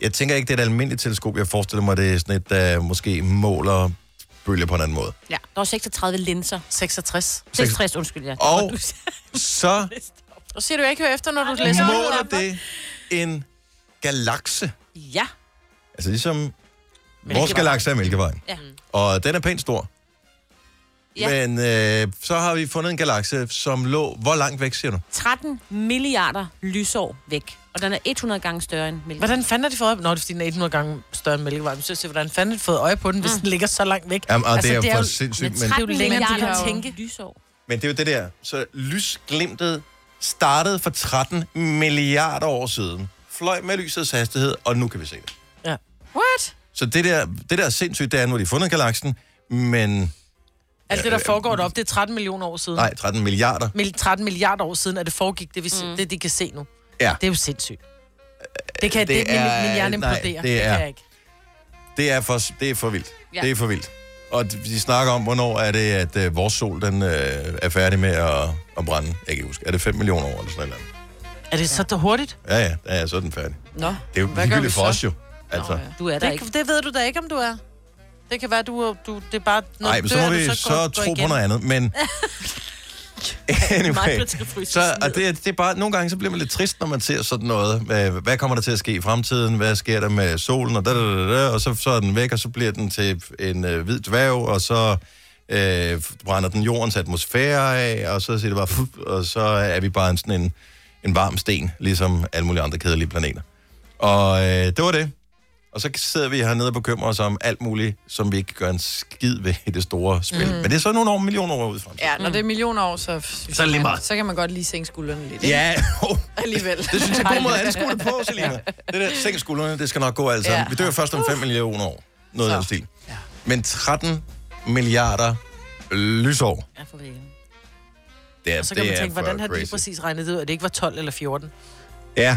S1: Jeg tænker ikke, det er et almindeligt teleskop. Jeg forestiller mig, det er sådan et, der måske måler bølger på en anden måde.
S3: Ja. Der var 36 linser.
S2: 66.
S3: 66, undskyld, ja.
S1: Og så
S2: Og siger du, jeg ikke hører efter, når du læser
S1: måler det en galakse.
S3: Ja.
S1: Altså ligesom vores
S2: Mælkevejen.
S1: galakse er Mælkevejen.
S3: Ja.
S1: Og den er pænt stor.
S3: Ja.
S1: Men øh, så har vi fundet en galakse, som lå... Hvor langt væk, siger du?
S3: 13 milliarder lysår væk. Og den er 100 gange større end Mælkevejen.
S2: Hvordan fanden har de fået øje på Nå, det er fordi, den er 100 gange større end mælkevejen. Så siger, jeg, hvordan fanden har de fået øje på
S4: Mm.
S2: den, hvis den ligger så langt væk?
S1: Jamen, og altså, det er, for
S2: jo-
S1: sindssygt, men,
S3: 13
S2: jo længere, de
S3: milliarder
S2: kan tænke.
S3: lysår.
S1: men det er jo det der. Så lysglimtet startede for 13 milliarder år siden. Fløj med lysets hastighed, og nu kan vi se det.
S2: Ja.
S4: What?
S1: Så det der, det der er sindssygt, det er, nu har de fundet galaksen, men...
S2: Alt det, der foregår deroppe, det er 13 millioner år siden.
S1: øh, mm. Nej, 13 milliarder.
S2: Mil- 13 milliarder år siden, at det foregik, det, vi, se- det de kan se nu.
S1: Ja.
S2: Det er jo sindssygt. Det kan, det,
S1: Øh, det
S2: det min,
S1: er-
S2: min hjerne
S1: nej,
S2: imploderer.
S1: det
S2: det, det
S1: er-
S2: kan jeg ikke.
S1: Det er for, det er for vildt. Ja.
S3: Ja.
S1: Det er for vildt. Og de de snakker om, hvornår er det, at øh, vores sol den, øh, er færdig med at, at brænde. Jeg kan ikke huske. Er det 5 millioner år eller sådan noget?
S2: Er det så hurtigt?
S1: Ja, ja, ja, ja, så er den færdig.
S4: Nå,
S1: Det er jo
S4: hvad gør vi
S1: ligegyldigt for
S4: så?
S1: os jo. Altså.
S4: Nå, ja.
S3: Du er der ikke.
S2: Det, det ved du da ikke, om du er. Det kan være, du, er- du det er bare... når
S1: Nej,
S2: du
S1: men så
S2: dør,
S1: må
S2: du
S1: vi så,
S2: går-
S1: så
S2: går
S1: tro på
S2: igen.
S1: noget andet, men...
S3: Meget
S1: anyway,
S3: blot skal fryses
S1: så,
S3: ned.
S1: og det, er- det er bare, nogle gange så bliver man lidt trist, når man ser sådan noget. Hvad, hvad kommer der til at ske i fremtiden? Hvad sker der med solen? Og, da, da, da, da, og så, så er den væk, og så bliver den til en øh, hvid dværg, og så øh, brænder den jordens atmosfære af, og så siger det bare, fup, og så er vi bare en, sådan en, en varm sten, ligesom alle mulige andre kedelige planeter. Og øh, det var det. Og så sidder vi hernede og bekymrer os om alt muligt, som vi ikke gør en skid ved i det store spil. Mm. Men det er så nogle år, millioner år ud fra.
S4: Ja, når det er millioner år, så, så,
S1: er det lige meget.
S4: så kan man godt lige sænke skuldrene lidt. ikke?
S1: Ja,
S4: alligevel.
S1: det synes jeg er en god måde at anskue det på, Selina. Det der sænk skuldrene, det skal nok gå alt sammen.
S4: Ja.
S1: Vi dør først om 5 millioner år. Noget af den stil. Men 13 milliarder lysår.
S3: Ja, for helvede.
S1: Det er,
S2: Så kan
S1: det
S2: man
S1: er
S2: tænke,
S1: for
S2: hvordan har de
S1: crazy.
S2: præcis regnet det ud, at det ikke var 12 eller 14?
S1: Ja.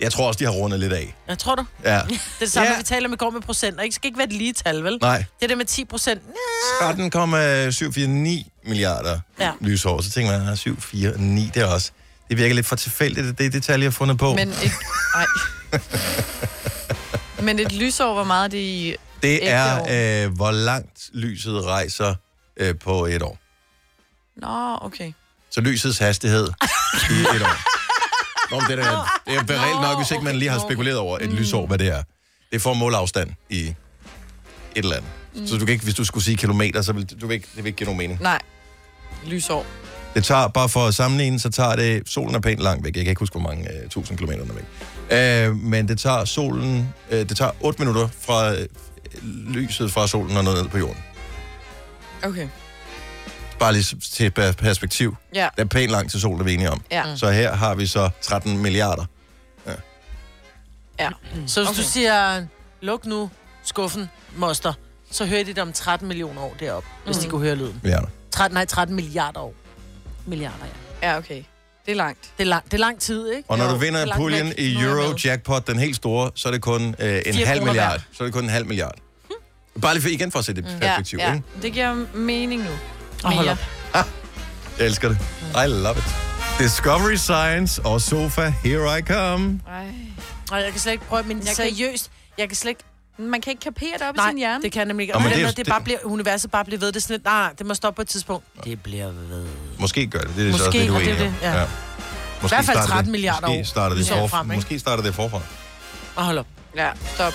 S1: Jeg tror også, de har rundet lidt af.
S2: Jeg tror du?
S1: Ja.
S2: Det er det samme,
S1: Ja.
S2: ja. vi taler om i går med procenter. Ikke Det skal ikke være et lige tal, vel?
S1: Nej.
S2: Det der med 10 procent.
S1: 13,749 milliarder ja.
S2: Ja.
S1: lysår. Så tænker man, "Ah, at 749, det er også... Det virker lidt for tilfældigt, at det er det tal, jeg har fundet på.
S4: Men et, ej. Men et lysår, hvor meget er det i...
S1: det
S4: ægte
S1: er, øh, hvor langt lyset rejser øh, på et år.
S4: Nå, okay.
S1: Så lysets hastighed i et år. Nå, men det, er, da- det er reelt nok, hvis ikke man lige har spekuleret over et lysår, hvad det er. Det er for at måle afstand i et eller
S4: Mm.
S1: andet. Så du kan ikke, hvis du skulle sige kilometer, så vil, du vil ikke, det vil ikke give nogen mening.
S4: Nej. Lysår.
S1: Det tager, bare for at sammenligne, så tager det, solen er pænt langt væk. Jeg kan ikke huske, hvor mange øh, tusind kilometer den er væk. Øh, men det tager solen, øh, det tager 8 minutter fra øh, lyset fra solen og ned på jorden.
S4: Okay.
S1: Bare lige s- til per- perspektiv.
S4: Ja.
S1: Der er pænt langt til solen, det er vi enige om.
S4: Ja.
S1: Så her har vi så 13 milliarder.
S4: Ja.
S2: Så hvis okay. du
S4: Mm. Okay.
S2: siger, luk nu skuffen, moster, så hører de det om 13 millioner år deroppe, mm. hvis de kunne høre lyden.
S1: Milliarder.
S2: 13, nej, 13 milliarder år.
S3: Milliarder, ja.
S4: Ja, okay. Det er langt.
S2: Det er lang, det er lang tid, ikke?
S1: Og når
S2: Jo,
S1: du vinder
S2: det er
S1: en
S2: langt
S1: puljen
S2: væk.
S1: i
S2: Nu er jeg med.
S1: Euro Jackpot, den helt store, så er det kun øh, en
S2: Fire
S1: halv
S2: kroner Hm.
S1: milliard.
S2: hver.
S1: Så er det kun en halv milliard. Bare lige for, igen for at sætte det
S2: Mm.
S1: i perspektiv.
S4: Mm. ja,
S1: Ja,
S4: ja. Det giver mening nu.
S2: Og hold
S4: Mere.
S2: op.
S1: Ah, Jeg elsker det. I love it. Discovery Science og Sofa, here I come.
S4: Ej.
S2: Og jeg kan slet ikke prøve, men jeg
S4: kan
S2: seriøst, jeg kan slet ikke...
S4: Man kan ikke kapere det op i
S2: Nej,
S4: sin hjerne.
S2: det kan jeg nemlig ikke.
S1: Nå,
S2: Og
S1: men
S2: det,
S1: det er
S2: det,
S1: jo-
S2: det, det bare bliver, universet bare bliver ved. Det er sådan lidt, nej, nej, det må stoppe på et tidspunkt. Det bliver ved.
S1: Måske gør det. Det er så
S2: Måske,
S1: også det, du er
S2: og det
S1: enig
S2: er
S1: om.
S2: det, ja.
S1: Måske
S2: hvert fald
S1: starter det-
S2: 13 milliarder år.
S1: måske starter det
S2: Vi ser
S1: forfra.
S2: frem, ikke?
S1: Måske starter det forfra.
S2: Og hold op.
S4: Ja, stop.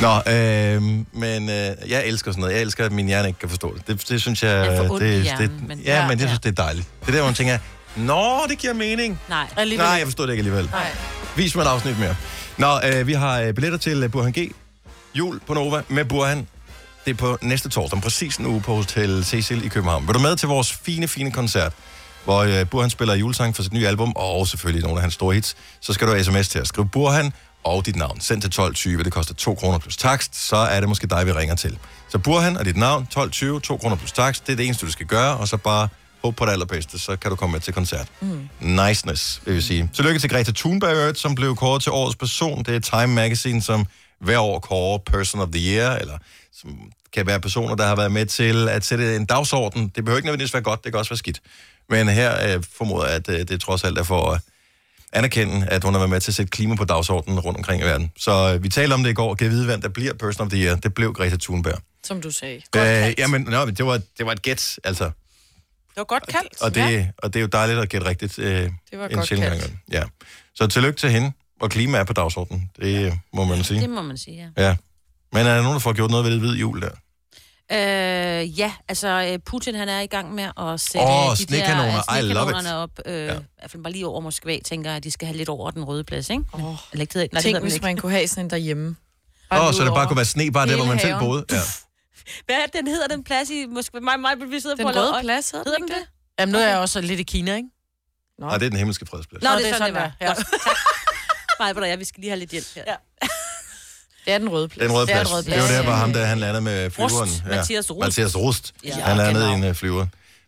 S1: Nå, øh, men øh, jeg elsker sådan noget. Jeg elsker, at min hjerne ikke kan forstå det. Det, det synes jeg...
S3: Jeg får ondt i
S1: det,
S3: hjernen,
S1: det,
S3: men-
S1: ja,
S3: ja,
S1: men jeg
S3: ja.
S1: synes, det er dejligt. Det er der, hvor man tænker, Nå, det giver mening.
S3: Nej.
S1: Nej, jeg forstod det ikke alligevel.
S4: Nej.
S1: Vis mig et afsnit mere. Nå, øh, vi har øh, billetter til øh, Burhan G. Jul på Nova med Burhan. Det er på næste torsdag, om præcis en uge på Hotel Cecil i København. Vil du med til vores fine, fine koncert, hvor øh, Burhan spiller julesang for sit nye album, og selvfølgelig nogle af hans store hits, så skal du have sms til at skrive Burhan og dit navn. Send til 1220, det koster 2 kroner plus takst, så er det måske dig, vi ringer til. Så Burhan og dit navn, 1220, 2 kroner plus takst, det er det eneste, du skal gøre, og så bare håb på det allerbedste, så kan du komme med til koncert. Mm. Niceness, vil vi sige. Tillykke til Greta Thunberg, i øvrigt, som blev kåret til årets person. Det er Time Magazine, som hver år kårer Person of the Year, eller som kan være personer, der har været med til at sætte en dagsorden. Det behøver ikke nødvendigvis være godt, det kan også være skidt. Men her øh, formoder jeg, at øh, det trods alt er for at anerkende, at hun har været med til at sætte klima på dagsordenen rundt omkring i verden. Så øh, vi talte om det i går. Kan vide, hvem der bliver Person of the Year? Det blev Greta Thunberg.
S4: Som du sagde.
S1: Øh, jamen, nå, men det var, det var et gæt, altså.
S2: Det var godt kaldt.
S1: Og det, ja. og det er jo dejligt at gætte rigtigt. Øh, det
S4: var godt kaldt.
S1: Ja. Så tillykke til hende, og klima er på dagsordenen. Det ja. må man sige.
S3: Det må man sige, ja.
S1: Ja. Men er der nogen, der får gjort noget ved det hvide jul der?
S3: Øh, ja, altså øh, Putin han er i gang med at sætte
S1: Åh,
S3: øh, de der
S1: snekanoner.
S3: øh,
S1: I love it.
S3: snekanonerne op. Øh, ja.
S1: Ja.
S3: I hvert fald bare lige over Moskva, tænker jeg, at de skal have lidt over den røde plads, ikke? Oh. Eller ikke, det hedder, nej, det
S4: Tænk,
S3: hedder den
S4: hvis
S3: ikke.
S4: man kunne have sådan en derhjemme.
S1: Åh, oh, så
S3: udover.
S1: det bare kunne være sne, bare der,
S4: Hele
S1: hvor man selv
S4: haven.
S1: boede. Ja.
S3: Hvad er det, den hedder, den plads i Moskva? Mig, mig, vi sidder
S4: Den
S3: på
S4: røde plads, hedder
S3: Hedder
S4: den ikke
S3: den
S4: det?
S2: Jamen, nu er jeg også lidt i Kina, ikke?
S1: Nej, det er den himmelske fredsplads.
S3: Nå,
S2: Nå,
S3: det, er sådan, det var.
S2: Ja.
S3: Ja. Godt, tak. Mig, og jeg, vi skal lige have lidt hjælp her. Ja.
S4: Det er den røde plads.
S1: Den røde
S4: Det er
S1: plads.
S4: den røde
S1: Det er jo
S4: plads.
S1: der, hvor ham der, han landede med flyveren.
S3: Mm. Rust. Mathias Rust.
S1: Mathias Rust.
S3: Ja,
S1: han landede
S3: genau.
S1: i en øh, flyver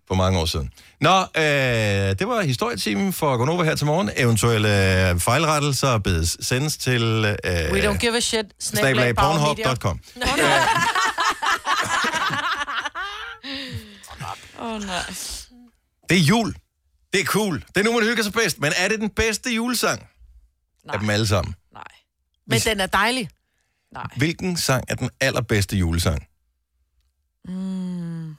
S1: for mange år siden. Nå, øh, det var historietimen for Gonova her til morgen. Eventuelle øh, fejlrettelser bedes sendes til... Øh,
S2: We don't give a shit.
S1: snabel-a
S2: Snabel-A Bauer Media.
S1: pornhub.com.
S4: Åh, oh, nej.
S1: Det er jul. Det er cool. Det er nu, man hygger sig bedst. Men er det den bedste julesang Nej. af dem alle sammen?
S4: Nej.
S2: Men den er dejlig.
S1: Hvilken sang er den allerbedste julesang? Mm.
S2: Mm.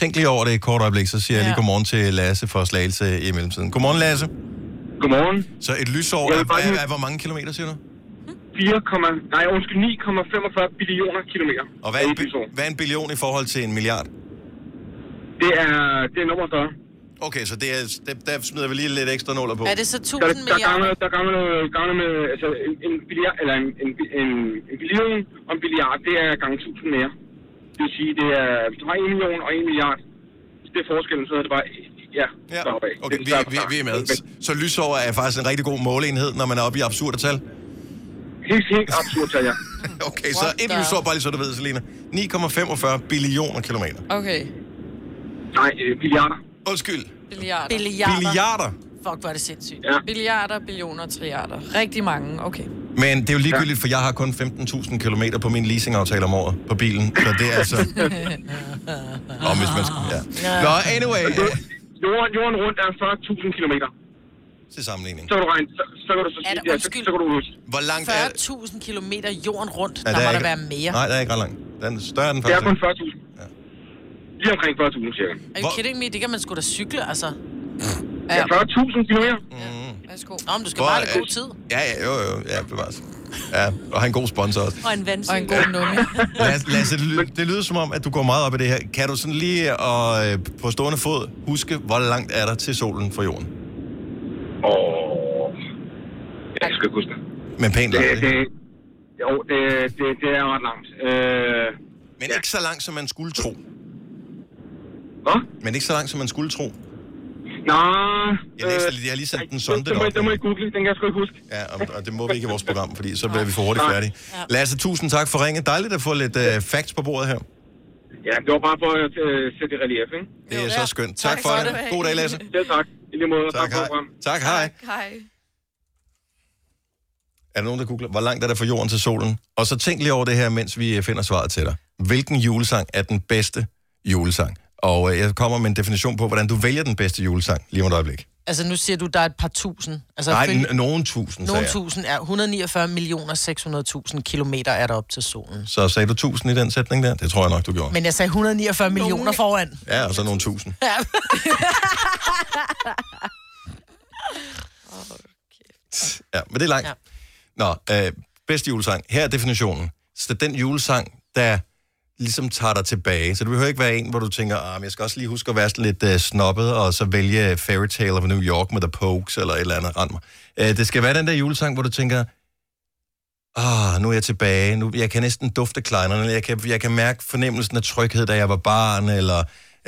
S1: Tænk lige over det i et kort øjeblik, så siger ja. jeg lige godmorgen til Lasse fra Slagelse i mellemtiden. Godmorgen, Lasse.
S7: Godmorgen.
S1: Så et lysår
S7: Jeg
S1: er,
S7: vil bare
S1: er,
S7: lige-
S1: er, hvor mange kilometer, siger du?
S7: 4, nej, undskyld, 9,45 billioner kilometer.
S1: Og hvad er, en,
S7: Det er
S1: bi- hvad er en billion i forhold til en milliard?
S7: Det er, det er nummer større.
S1: Okay, så det er, det, der smider vi lige lidt ekstra nuller på.
S2: Er det så
S7: Der,
S2: 1000
S7: der, ganger,
S2: milliarder?
S7: der ganger, ganger med altså, en, en, billiard, eller en, en, en, en billion og en billiard, det er gange 1000 mere. Det vil sige, det er, hvis du har 1 million og 1 milliard, hvis det er forskellen, så er det bare, ja,
S1: Ja,
S7: deroppe af.
S1: okay,
S7: Det
S1: vi,
S7: der
S1: vi, vi er med.
S7: Okay.
S1: Så lysår er faktisk en rigtig god måleenhed, når man er oppe i absurde tal.
S7: Helt, helt absurd, tal, ja.
S1: Okay, så et lysår, bare lige så du ved, Selina. 9,45 billioner kilometer.
S4: Okay.
S7: Nej, øh, billiarder.
S1: Undskyld,
S4: Billiarder.
S2: Billiarder.
S1: billiarder.
S2: Fuck, hvor er det sindssygt.
S4: Billiarder, billioner, triarder. Rigtig mange. Okay.
S1: Men det er jo ligegyldigt, for jeg har kun 15.000 km på min leasingaftale om året på bilen. Så det er altså... Nå, hvis man skal... Ja. Nå, anyway, øh,
S7: Jorden, jorden rundt er 40.000 kilometer.
S1: til sammenligning.
S7: Så kan du regne, så, så kan du så
S2: Er
S7: sige,
S2: det
S7: ja, så,
S2: undskyld?
S7: så kan du huske.
S1: Hvor langt er...
S2: 40.000 kilometer jorden rundt,
S1: Ja,
S2: der må
S1: er
S2: der være mere.
S1: Nej, der er ikke ret langt. Den er større end
S7: Det er kun
S1: 40.
S7: 40.000. Lige omkring 40.000, cirka.
S2: Er you
S1: Hvor-
S2: kidding me? Det kan man sgu da cykle, altså.
S7: Ja. 40.000 kilometer.
S4: Værsgo.
S2: Nå, men du skal
S1: Hvor
S2: bare have
S1: er-
S2: god tid.
S1: Ja, ja, jo, jo, ja, bevares. Ja, og har en god sponsor også.
S3: Og en
S4: Og
S3: vandsyn.
S4: en god nummi.
S1: Lasse, Lasse det, lyder, det lyder som om, at du går meget op i det her. Kan du sådan lige og, øh, på stående fod huske, hvor langt er der til solen fra jorden?
S7: Og... Jeg skal ikke huske det.
S1: Men pænt
S7: det,
S1: langt,
S7: det
S1: ikke?
S7: jo, det, det, det er ret langt. Øh,
S1: Men ikke så langt, som man skulle tro.
S7: hvad?
S1: Men ikke så langt, som man skulle tro.
S7: Nå...
S1: Jeg, læste, lige- jeg har lige sendt en sonde
S7: Øh, det, må,
S1: derop.
S7: det må I google, den kan jeg sgu ikke huske.
S1: Ja, og, og det må vi ikke i vores program, fordi så bliver vi for hurtigt færdige. Lasse, tusind tak for ringet. Dejligt at få lidt øh, facts på bordet her.
S7: Ja, det var bare for at øh, sætte i relief, ikke?
S1: Det er så skønt. Tak for det. God dag, Lasse.
S7: Selv tak. I lige måde, og tak,
S1: Tak,
S7: tak for
S1: hej.
S7: programmet.
S1: Tak, hej.
S4: Hej.
S1: Er der nogen, der googler, hvor langt er der fra jorden til solen? Og så tænk lige over det her, mens vi øh, finder svaret til dig. Hvilken julesang er den bedste julesang? Og øh, jeg kommer med en definition på, hvordan du vælger den bedste julesang lige om et øjeblik.
S2: Altså, nu siger du, der er et par tusind. Altså,
S1: Nej,
S2: følge-
S1: n- nogen tusind, sagde
S2: nogle
S1: jeg.
S2: tusind er 149 millioner 600.000 kilometer er der op til solen.
S1: Så sagde du tusind i den sætning der? Det tror jeg nok, du gjorde.
S2: Men jeg sagde 149 millioner foran.
S1: Ja, og så nogle tusind. Ja, men det er langt.
S2: Ja.
S1: Nå, øh, bedste julesang. Her er definitionen. Så det er den julesang, der ligesom tager dig tilbage. Så det behøver ikke være en, hvor du tænker, ah, men jeg skal også lige huske at være sådan lidt uh, snobbet, og så vælge Fairy Tale of New York med The Pokes, eller et eller andet rand mig. Uh, det skal være den der julesang, hvor du tænker, ah, nu er jeg tilbage, nu, jeg kan næsten dufte kleinerne, eller jeg kan, jeg kan mærke fornemmelsen af tryghed, da jeg var barn, eller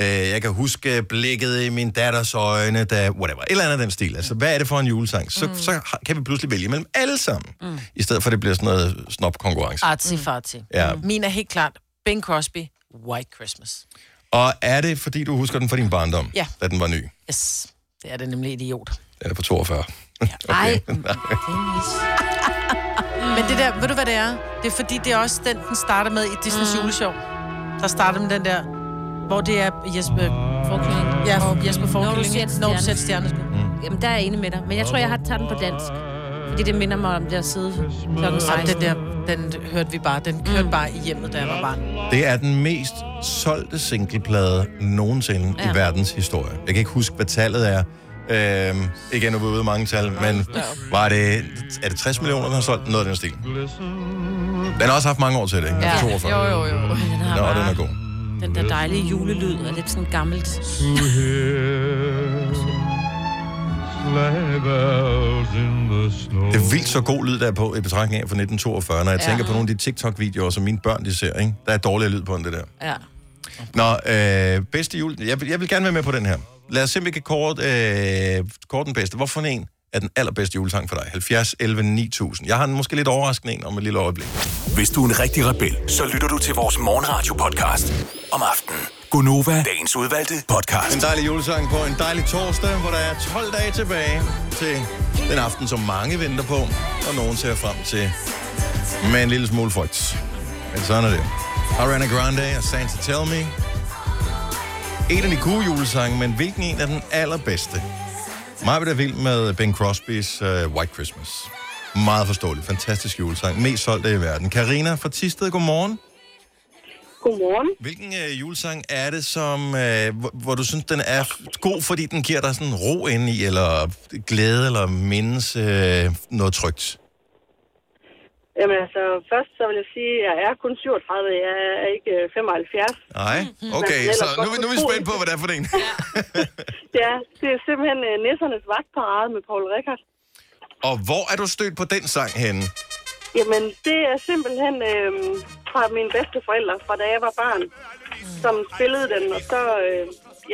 S1: øh, jeg kan huske blikket i min datters øjne, da, whatever, et eller andet af den stil. Altså, hvad er det for en julesang? Så, mm. så har- kan vi pludselig vælge mellem alle sammen, mm. i stedet for at det bliver sådan noget snop-konkurrence.
S2: Artsy fartsy.
S1: Ja.
S2: Mm. Min er helt klart Bing Crosby, White Christmas.
S1: Og er det, fordi du husker den fra din barndom,
S2: Ja.
S1: da den var ny?
S2: Yes, det er det nemlig idiot.
S1: Den er på 42.
S3: Ej,
S2: Men det der, ved du hvad det er? Det er fordi, det er også den, den starter med i Disney's mm. juleshow. Der starter med den der, hvor det er Jesper...
S3: forkylling.
S2: Ja, Jesper
S3: Når du
S2: Forkylling.
S3: ser
S2: ikke?
S3: et
S2: Når
S3: stjerne.
S2: du sætter stjerneskud.
S1: Mm.
S3: Jamen, der er jeg enig med dig. Men jeg tror, jeg har taget den på dansk. Fordi det minder mig om det at sidde klokken
S2: Ej,
S3: 16.
S2: den der, den hørte vi bare. Den kørte mm. bare i hjemmet, da jeg var barn.
S1: Det er den mest solgte singleplade nogensinde ja. i verdens historie. Jeg kan ikke huske, hvad tallet er. Øhm, igen, nu er vi ude i mange tal, men var det, er det 60 millioner, der har solgt noget af den stil? Den har også haft mange år til det, ikke? Den er
S4: Ja. Mm.
S1: fra 42.
S4: Jo, jo, jo.
S3: Den har
S1: Nå, den
S3: bare
S1: er god.
S3: den der dejlige julelyd og lidt sådan gammelt.
S1: Det er vildt så god lyd, der er på i betragtning af fra 1942. Når jeg ja. tænker på nogle af de TikTok-videoer, som mine børn de ser, ikke? der er dårligere lyd på end det der.
S3: Ja.
S1: Nå, øh, bedste jul. Jeg vil, jeg vil gerne være med på den her. Lad os se, om vi kan kåre, øh, kåre den bedste. Hvorfor en er den allerbedste julesang for dig? 70, 11, 9000. Jeg har en måske lidt overraskende en om et lille øjeblik.
S5: Hvis du er en rigtig rebel, så lytter du til vores morgenradio-podcast om aftenen. Gunova, dagens udvalgte podcast.
S1: En dejlig julesang på en dejlig torsdag, hvor der er 12 dage tilbage til den aften, som mange venter på, og nogen ser frem til med en lille smule frygt. Men sådan er det. Ariana Grande og Santa Tell Me. En af de gode julesange, men hvilken en er den allerbedste? Mig vil vild med Ben Crosby's uh, White Christmas. Meget forståelig. Fantastisk julesang. Mest solgte i verden. Karina fra Tisted, godmorgen.
S6: Godmorgen.
S1: Hvilken øh, julesang er det, som, øh, hvor, hvor du synes, den er f- god, fordi den giver dig sådan ro ind i, eller glæde, eller mindes øh, noget trygt?
S6: Jamen altså, først så vil jeg sige, at jeg er kun 37, jeg er ikke øh, 75.
S1: Nej?
S6: Mm,
S1: Okay, så nu, er vi- nu er vi spændt på, hvad det er for en.
S6: Det er, det er simpelthen øh, Nissernes Vagtparade med Paul Rickard.
S1: Og hvor er du stødt på den sang henne?
S6: Jamen, det er simpelthen øh, fra mine bedsteforældre, fra da jeg var barn, som spillede den, og så... Øh,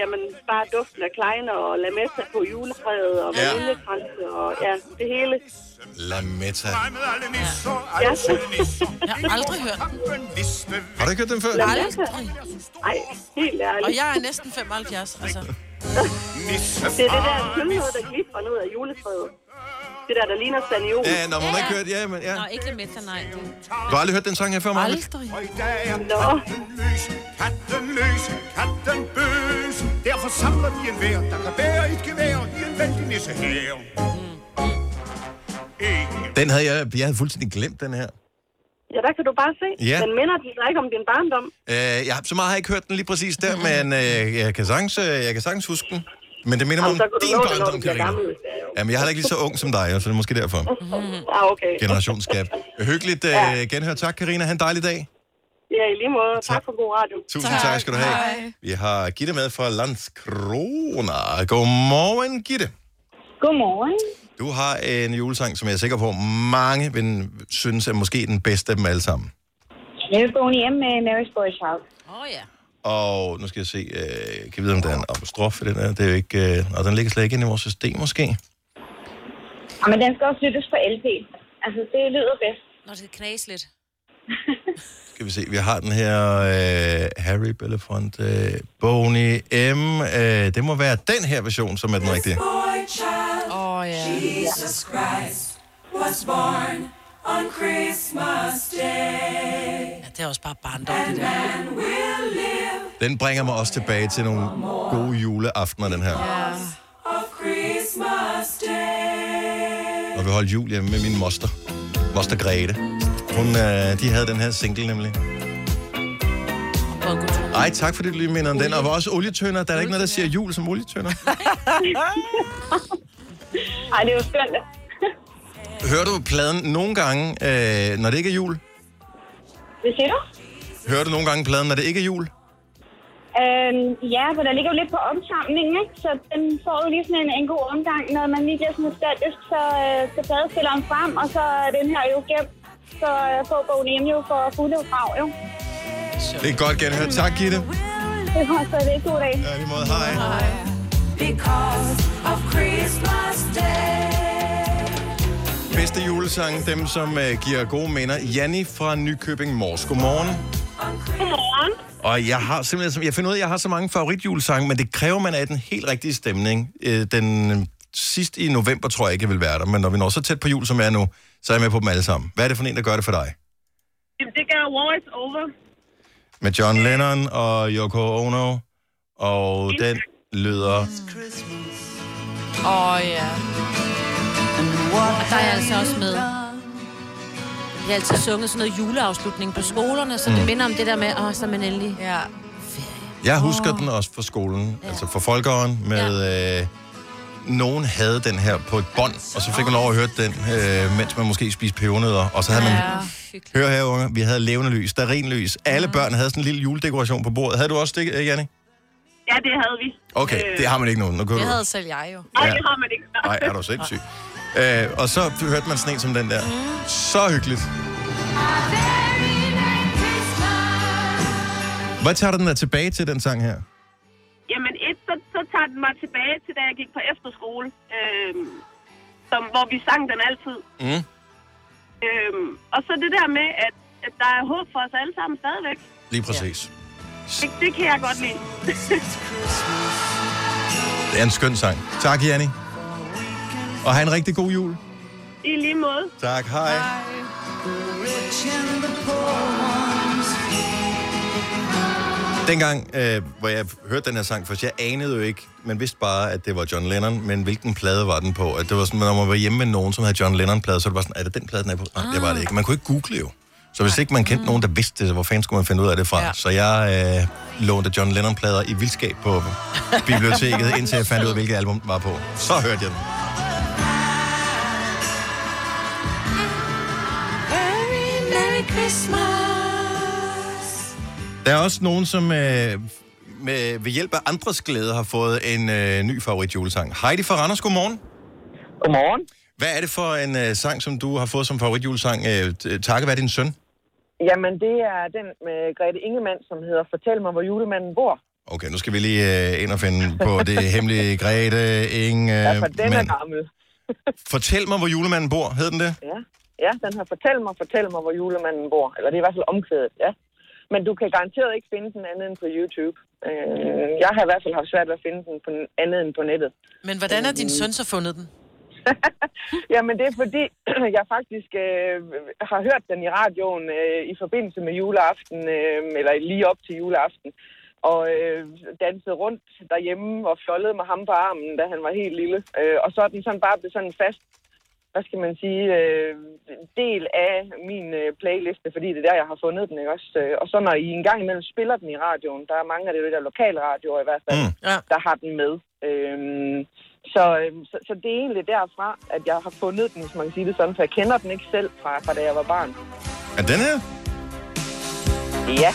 S6: jamen, bare duften af kleiner og lametta på juletræet og
S1: Ja.
S6: vaniljekrans og ja, det hele.
S1: La Meta.
S6: Ja.
S2: Jeg har aldrig hørt den.
S1: Har du ikke hørt den før?
S6: Lametta? Ej, helt ærligt.
S2: Og jeg er næsten 75, altså.
S6: Det er det der sølvhåret, der glitrer ned af juletræet. Det der, der ligner saniol.
S1: Ja, når man ikke hørt, ja, men ja.
S3: Nå, ikke lidt med nej. Det-
S1: Du har aldrig hørt den sang her før, Marvind?
S2: Aldrig.
S6: Nå,
S8: Løs, katten løs, katten bøs. Derfor samler vi en hver, der kan bære et gevær i en vældig nisse her. Ikke
S1: Den havde jeg, jeg havde fuldstændig glemt, den her.
S6: ja, der kan du bare se.
S1: Ja.
S6: Den minder den dig ikke om din barndom.
S1: Øh, jeg, har- så meget har jeg ikke hørt den lige præcis der, men øh, jeg, kan sagtens, øh, jeg kan sagtens huske den. Men det minder mig
S6: Mm-hmm. Jamen, Altså, så kan du nå det, når
S1: om din
S6: du
S1: barndom,
S6: bliver
S1: Karina.
S6: gammel. hvis det er jo.
S1: Jamen, jeg er heller ikke lige så ung som dig, jo, så det er måske derfor.
S4: Mhm.
S6: Ah, okay.
S1: Generationsgab. Hyggeligt øh, genhør. Tak, Karina. Ha' en dejlig dag.
S6: Ja, i lige måde. Tak for god radio.
S1: Tusind tak, tak skal du have.
S4: Hej.
S1: Vi har Gitte med fra Landskrona. Godmorgen, Gitte.
S6: Godmorgen.
S1: Du har en julesang, som jeg er sikker på, mange vil synes er måske den bedste af dem alle sammen.
S6: Never going hjem med Mary's Boys House.
S3: Åh oh, ja.
S1: Og nu skal jeg se, øh, kan vi vide, om der er en apostrof i den her? Det er jo ikke, øh, og den ligger slet ikke inde i vores system, måske.
S6: Ja, men den skal også lyttes på LP. Altså, det lyder bedst.
S3: Når det skal knas lidt.
S1: Skal vi se, vi har den her øh, Harry Belafonte, øh, Boney M. Øh, det må være den her version, som er den rigtige.
S4: Åh, oh, ja.
S2: Ja, det er også bare barndom, det der.
S1: Den bringer mig også tilbage til nogle gode juleaftener, den her. Når vi holdt jul hjemme med min moster, moster Grete. Hun, øh, de havde den her single nemlig. Ej, tak fordi du lige minder om den. Og var også olietønder. Der er da ikke noget, der siger jul som olietønder.
S6: Ej, det er jo skønt.
S1: Hører du pladen nogle gange, øh, når det ikke er jul?
S6: Hvad siger du?
S1: Hører du nogle gange pladen, når det ikke er jul?
S6: Øhm, ja, for der ligger jo lidt på omsamlingen, ikke? Så den får jo lige sådan en, en god omgang. Når man lige bliver sådan nostalgisk, så øh, skal pladespilleren frem, og så er den her jo gemt. Så øh, får bogen hjemme jo for fulde krav, jo.
S1: Det er godt genhørt. Tak, Gitte.
S6: Det var så det god dag.
S1: Ja, i lige måde. Hej. Hej. Bedste julesang, dem som uh, giver gode minder. Janni fra Nykøbing Mors. Godmorgen.
S6: Godmorgen.
S1: Og jeg har simpelthen, så- jeg finder ud af, at jeg har så mange favoritjulesange, men det kræver, man er i den helt rigtige stemning. Øh, Den øh, sidst i november tror jeg ikke, jeg vil være der, men når vi når så tæt på jul, som jeg er nu, så er jeg med på dem alle sammen. Hvad er det for en, der gør det for dig?
S6: Jamen, det gør War is Over.
S1: Med John Lennon og Yoko Ono, og den lyder...
S4: Åh, oh, ja.
S3: Og der er jeg altså også med. Jeg har altid sunget sådan noget juleafslutning på skolerne,
S1: Mm.
S3: så det minder om det der med, åh, oh, så er man endelig.
S4: Ja.
S1: Jeg husker den også fra skolen, altså fra folkeåren, med... Øh, nogen havde den her på et bånd, og så fik man lov at høre den, øh, mens man måske spiste pebernødder, og så havde man...
S3: Hyggeligt.
S1: Hør her, unger, vi havde levende lys, starinlys. Alle børn havde sådan en lille juledekoration på bordet. Havde du også det, øh, Janne?
S6: Ja, det havde vi. Øh.
S1: Okay, det har man ikke nogen. Nu kunne
S4: Det
S1: du...
S4: havde selv jeg jo.
S6: Nej,
S1: Ja.
S6: det har man ikke.
S1: Ej, er du sindssyg. Øh, og så hørte man sådan en som den der. Så hyggeligt. Hvad tager du den der tilbage til, den sang her?
S6: Jamen et, så, så tager den mig tilbage til, da jeg gik på efterskole, øhm, som, hvor vi sang den altid.
S1: Mm.
S6: Øhm, og så det der med, at, at der er håb for os alle sammen stadigvæk.
S1: Lige præcis.
S6: Det, det kan jeg godt lide.
S1: Det er en skøn sang. Tak, Janni. Og have en rigtig god jul.
S6: I lige måde.
S1: Tak, hej. Dengang, øh, hvor jeg hørte den her sang først, jeg anede jo ikke, man vidste bare, at det var John Lennon, men hvilken plade var den på? At det var sådan, når man var hjemme med nogen, som havde John Lennon-plade, så var det bare sådan, er det den plade, den er på? Nej, det var det ikke. Man kunne ikke google jo. Så hvis ikke man kendte nogen, der vidste det, så hvor fanden skulle man finde ud af det fra? Ja.
S4: Ja.
S1: Så jeg øh, lånte John Lennon-plader i vildskab på biblioteket, indtil jeg fandt ud af, hvilket album den var på. Så hørte jeg den. Der er også nogen, som øh, med, ved hjælp af andres glæde har fået en øh, ny favorit julesang. Heidi fra Randers, godmorgen.
S9: Godmorgen.
S1: Hvad er det for en øh, sang, som du har fået som favorit julesang, øh, t- takket være din søn?
S9: Jamen, det er den med Grete Ingemann, som hedder Fortæl mig, hvor julemanden bor.
S1: Okay, nu skal vi lige øh, ind og finde på det hemmelige Grete Inge.
S9: Ja, for den er
S1: mand.
S9: gammel.
S1: Fortæl mig, hvor julemanden bor, hed den det?
S9: Ja. ja, den har Fortæl mig, fortæl mig, hvor julemanden bor. Eller det er i hvert fald omkvædet, ja. Men du kan garanteret ikke finde den andet end på YouTube. Øh, jeg har i hvert fald haft svært ved at finde den på n- andet end på nettet.
S2: Men hvordan har din søn så fundet den?
S9: Jamen, det er fordi, jeg faktisk øh, har hørt den i radioen øh, i forbindelse med juleaften, øh, eller lige op til juleaften, og øh, dansede rundt derhjemme og fjollede med ham på armen, da han var helt lille. Øh, og så er den sådan bare blevet sådan en fast, hvad skal man sige, øh, del af min øh, playliste, fordi det er der, jeg har fundet den, ikke også? Øh, Og så når I en gang imellem spiller den i radioen, der er mange af det der lokale radioer i hvert fald,
S1: Mm.
S9: der har den med. Øhm, Så, øh, så, så det er egentlig derfra, at jeg har fundet den, hvis man kan sige det sådan, for jeg kender den ikke selv fra, fra da jeg var barn.
S1: Er den her?
S9: Ja.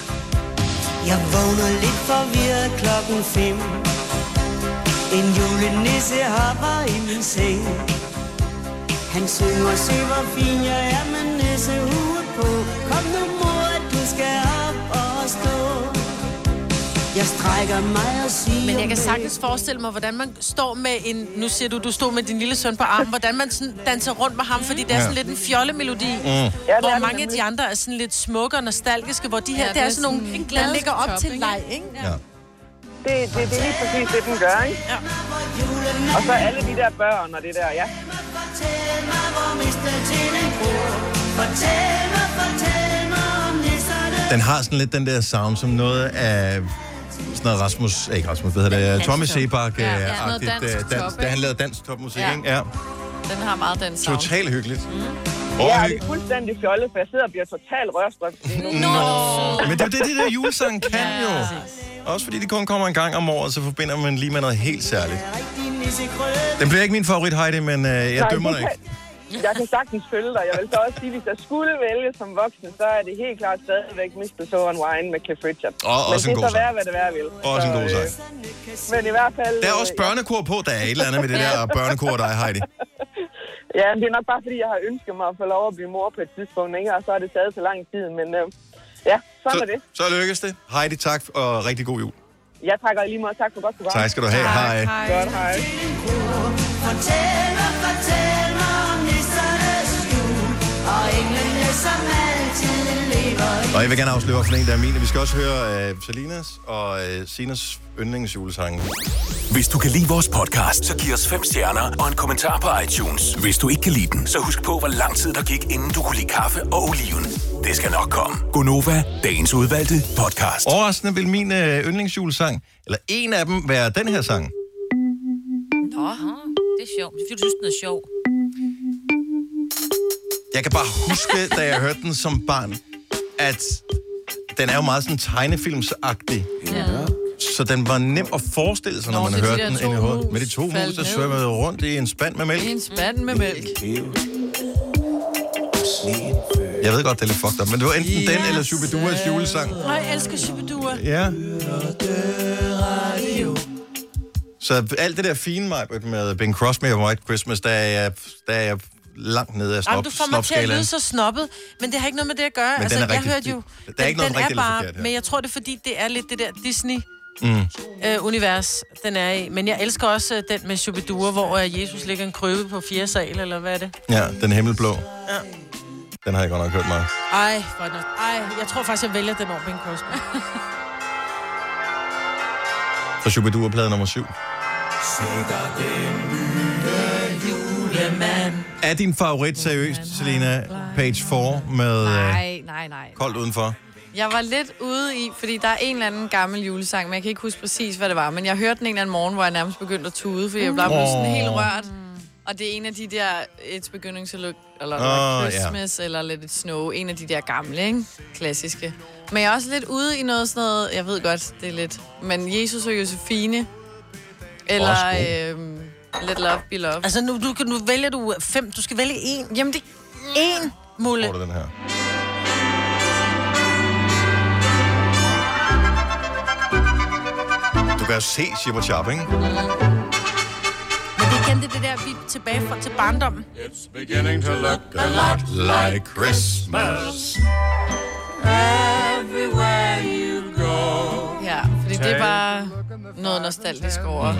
S10: Jeg vågner lidt forvirret klokken fem En julenisse hopper i min seng Han synger, se hvor fin jeg er med nissehue på Kom nu mor, du skal op og stå Jeg strækker mig og siger
S2: Men jeg kan sagtens forestille mig, hvordan man står med en... Nu siger du, du stod med din lille søn på armen. Hvordan man sådan danser rundt med ham, fordi det er sådan
S1: Ja.
S2: lidt en fjollemelodi. Mm.
S9: Ja, det er
S2: Hvor
S9: det
S2: mange af
S9: nemlig.
S2: de andre er sådan lidt smukke og nostalgiske, hvor de her,
S3: Ja,
S2: ja, det er sådan nogle,
S3: en
S2: der ligger op
S3: glædestop,
S2: til en
S3: ikke?
S2: leg, ikke?
S1: Ja.
S9: Det, det, det er lige præcis det, den gør, ikke?
S2: Ja.
S9: Og så alle de der børn og det der, ja.
S10: Fortæl mig, hvor mister tinden gror Fortæl mig, fortæl mig om nisserne
S1: Den har sådan lidt den der sound, som noget af sådan noget Rasmus, eh, ikke Rasmus, hvad hedder det, Tommy Sebak, øh, ja,
S3: ja, sådan noget
S1: ja, dans,
S3: dansk
S4: top,
S1: da han
S4: ikke?
S1: lavede dansk topmusik, ja.
S4: Ja.
S1: ikke? Ja,
S4: Den har meget den sound.
S1: totalt hyggeligt. Mm.
S9: Ja,
S1: Og
S9: og det er fuldstændig fjollet, for jeg sidder og bliver totalt rørstrømt lige nu.
S1: Nå. Men det er jo det, det der julesang kan ja. jo. Også fordi det kun kommer en gang om året, så forbinder man lige med noget helt særligt.
S10: Rigtig nissegrød
S1: Den bliver ikke min favorit, Heidi, men øh, jeg
S9: Nej,
S1: dømmer
S9: det
S1: dig ikke.
S9: kan- Jeg kan sagtens følge dig. Jeg vil så også sige, hvis jeg skulle vælge som voksen, så er det helt klart stadigvæk Mr. So and Wine med Cliff Richard.
S1: Og
S9: Men
S1: også
S9: det
S1: en
S9: er
S1: god
S9: så være,
S1: sang.
S9: hvad det være vil.
S1: Også en
S9: Så,
S1: god
S9: øh,
S1: sang.
S9: Men i hvert fald...
S1: Der er også
S9: øh,
S1: børnekor på, der er et eller andet med det der børnekor og dig, Heidi.
S9: Ja, men det er nok bare, fordi jeg har ønsket mig at få lov at blive mor på et tidspunkt, ikke? Og så har det taget så lang tid, men øh, ja, sådan er
S1: Så,
S9: det.
S1: så lykkes det. Heidi, tak, og rigtig god jul.
S9: Jeg takker i lige meget. Tak for godt program.
S1: Tak skal du have. Hej.
S9: Godt, hej.
S10: Fortæl mig, fortæl mig om nissernes jul Og englene, som altid lever i
S1: Og jeg vil gerne afsløre, hvorfor en der er min. Vi skal også høre øh, Salinas og øh, Sinas yndlingsjulesange.
S5: Hvis du kan lide vores podcast, så giv os fem stjerner og en kommentar på iTunes. Hvis du ikke kan lide den, så husk på, hvor lang tid der gik, inden du kunne lide kaffe og oliven. Det skal nok komme. Gonova, dagens udvalgte podcast.
S1: Overraskende vil min øh, yndlingsjulesang, eller en af dem, være den her sang.
S3: Det er sjovt. Det er fordi, du synes, den er sjov.
S1: Jeg kan bare huske, da jeg hørte den som barn, at den er jo meget sådan tegnefilmsagtig.
S3: Ja.
S1: Så den var nem at forestille sig, når
S4: Nå,
S1: man
S4: så de
S1: hørte
S4: der
S1: den
S4: to
S1: ind i hovedet.
S4: mus
S1: Med de to mus,
S4: faldt
S1: der
S4: ned.
S1: svømmede rundt i en spand med mælk.
S4: En spand med mælk.
S1: Jeg ved godt, det er lidt fucked up, men det var enten den eller Shubiduas julesang.
S2: Og jeg elsker Shubidua.
S1: Ja. Så alt det der fine mig med Bing Crosby og White Christmas, der er jeg, der er jeg langt nede af
S2: Jamen,
S1: snop,
S2: du får mig til at
S1: snopskalaen.
S2: lyde så snobbet, men det har ikke noget med det at gøre.
S1: den
S2: altså,
S1: er
S2: jeg
S1: rigtig-
S2: hørte jo...
S1: der er ikke noget
S2: den
S1: rigtigt
S2: er
S1: eller
S2: bare,
S1: forkert her.
S2: Men jeg tror, det er fordi, det er lidt det der
S1: Mm.
S2: Disney-univers, den er i. Men jeg elsker også øh, den med Shubidua, hvor øh, Jesus ligger en krøbe på fjerde sal, eller hvad er det?
S1: Ja, den himmelblå. Ja. Den har jeg godt nok hørt meget.
S2: Ej, for den er- Ej, jeg tror faktisk, jeg vælger den over Bing Crosby.
S1: Så Shubidua er plade nummer syv. Er din favorit seriøst, Selina? Page 4 med øh,
S4: Nej, nej, nej.
S1: Koldt Udenfor.
S4: Jeg var lidt ude i, fordi der er en eller anden gammel julesang, men jeg kan ikke huske præcis, hvad det var. Men jeg hørte den en eller anden morgen, hvor jeg nærmest begyndte at tude, fordi jeg blev blevet sådan
S1: Åh.
S4: helt rørt. Og det er en af de der It's Beginning to Look, eller
S1: Åh,
S4: oh, Christmas, yeah. eller Let It Snow. En af de der gamle, ikke? Klassiske. Men jeg er også lidt ude i noget sådan noget, jeg ved godt, det er lidt, men Jesus og Josefine, eller
S1: Også
S4: øhm, Let Love Be Love. Altså,
S2: altså, nu, du, kan- nu vælger du øh, fem. Du skal vælge en.
S4: jamen det...
S2: En, Mulle.
S1: Får du den her? Du kan jo se Shibba Chop, ikke?
S2: Men vi kendte det der, vi er tilbage fra, til barndommen.
S1: Like Christmas.
S4: Ja, fordi det er bare noget nostalgisk over.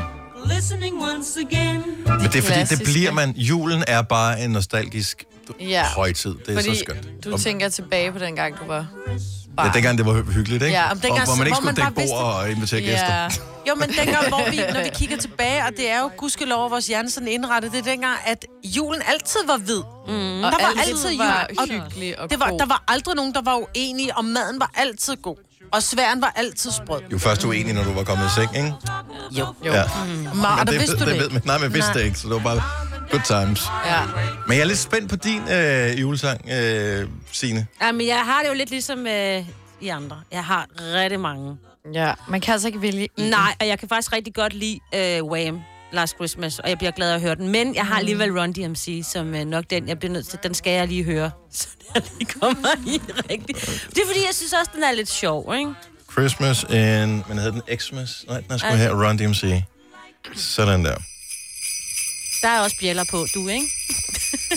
S10: Listening once again
S1: Men det er fordi, det
S4: Klassiske.
S1: bliver man... Julen er bare en nostalgisk
S4: Ja.
S1: højtid. Det er
S4: Fordi
S1: så skønt.
S4: du
S1: Og-
S4: tænker tilbage på den gang, du var
S1: Ja,
S4: barn.
S1: dengang det var hy- hyggeligt, ikke?
S4: Ja,
S1: og
S4: om
S2: dengang,
S1: og hvor man ikke
S2: hvor
S1: skulle
S2: man
S1: dække
S2: bare vidste-
S1: bord og invitere gæster.
S4: Ja.
S2: Jo, men dengang, hvor vi, når vi kigger tilbage, og det er jo gudskelov, at vores hjerne sådan indrettet, det er dengang, at julen altid var hvid. Mm.
S4: Og
S2: Der var
S4: alt
S2: altid jul.
S4: var
S2: Og
S4: hyggelig og
S2: Det var,
S4: god.
S2: der var aldrig nogen, der var uenige, og maden var altid god. Og sværen var altid sprød.
S1: Jo først uenig, når du var kommet i seng, ikke?
S2: Jo.
S4: Jo.
S1: Ja.
S2: Ma, og der
S1: det,
S2: vidste du
S1: det,
S2: det.
S1: ved man. Nej, men jeg vidste
S2: Nej.
S1: det ikke, så det var bare good times.
S4: Ja.
S1: Men jeg er lidt spændt på din øh, julesang, øh, Signe.
S3: Jamen, jeg har det jo lidt ligesom øh, i andre. Jeg har rigtig mange.
S4: ja. Man kan altså ikke vælge en.
S3: Nej, og jeg kan faktisk rigtig godt lide øh, Wham. Last Christmas, og jeg bliver glad at høre den. Men
S4: Mm.
S3: jeg har alligevel Run DMC, som er nok den, jeg bliver nødt til. Den skal jeg lige høre, så jeg lige kommer i rigtigt. Det er fordi, jeg synes også, den er lidt sjov, ikke?
S1: Christmas in... Men hedder den Xmas? Nej, den er sgu her. Run DMC. Sådan der.
S3: Der er også bjæller på, du, ikke?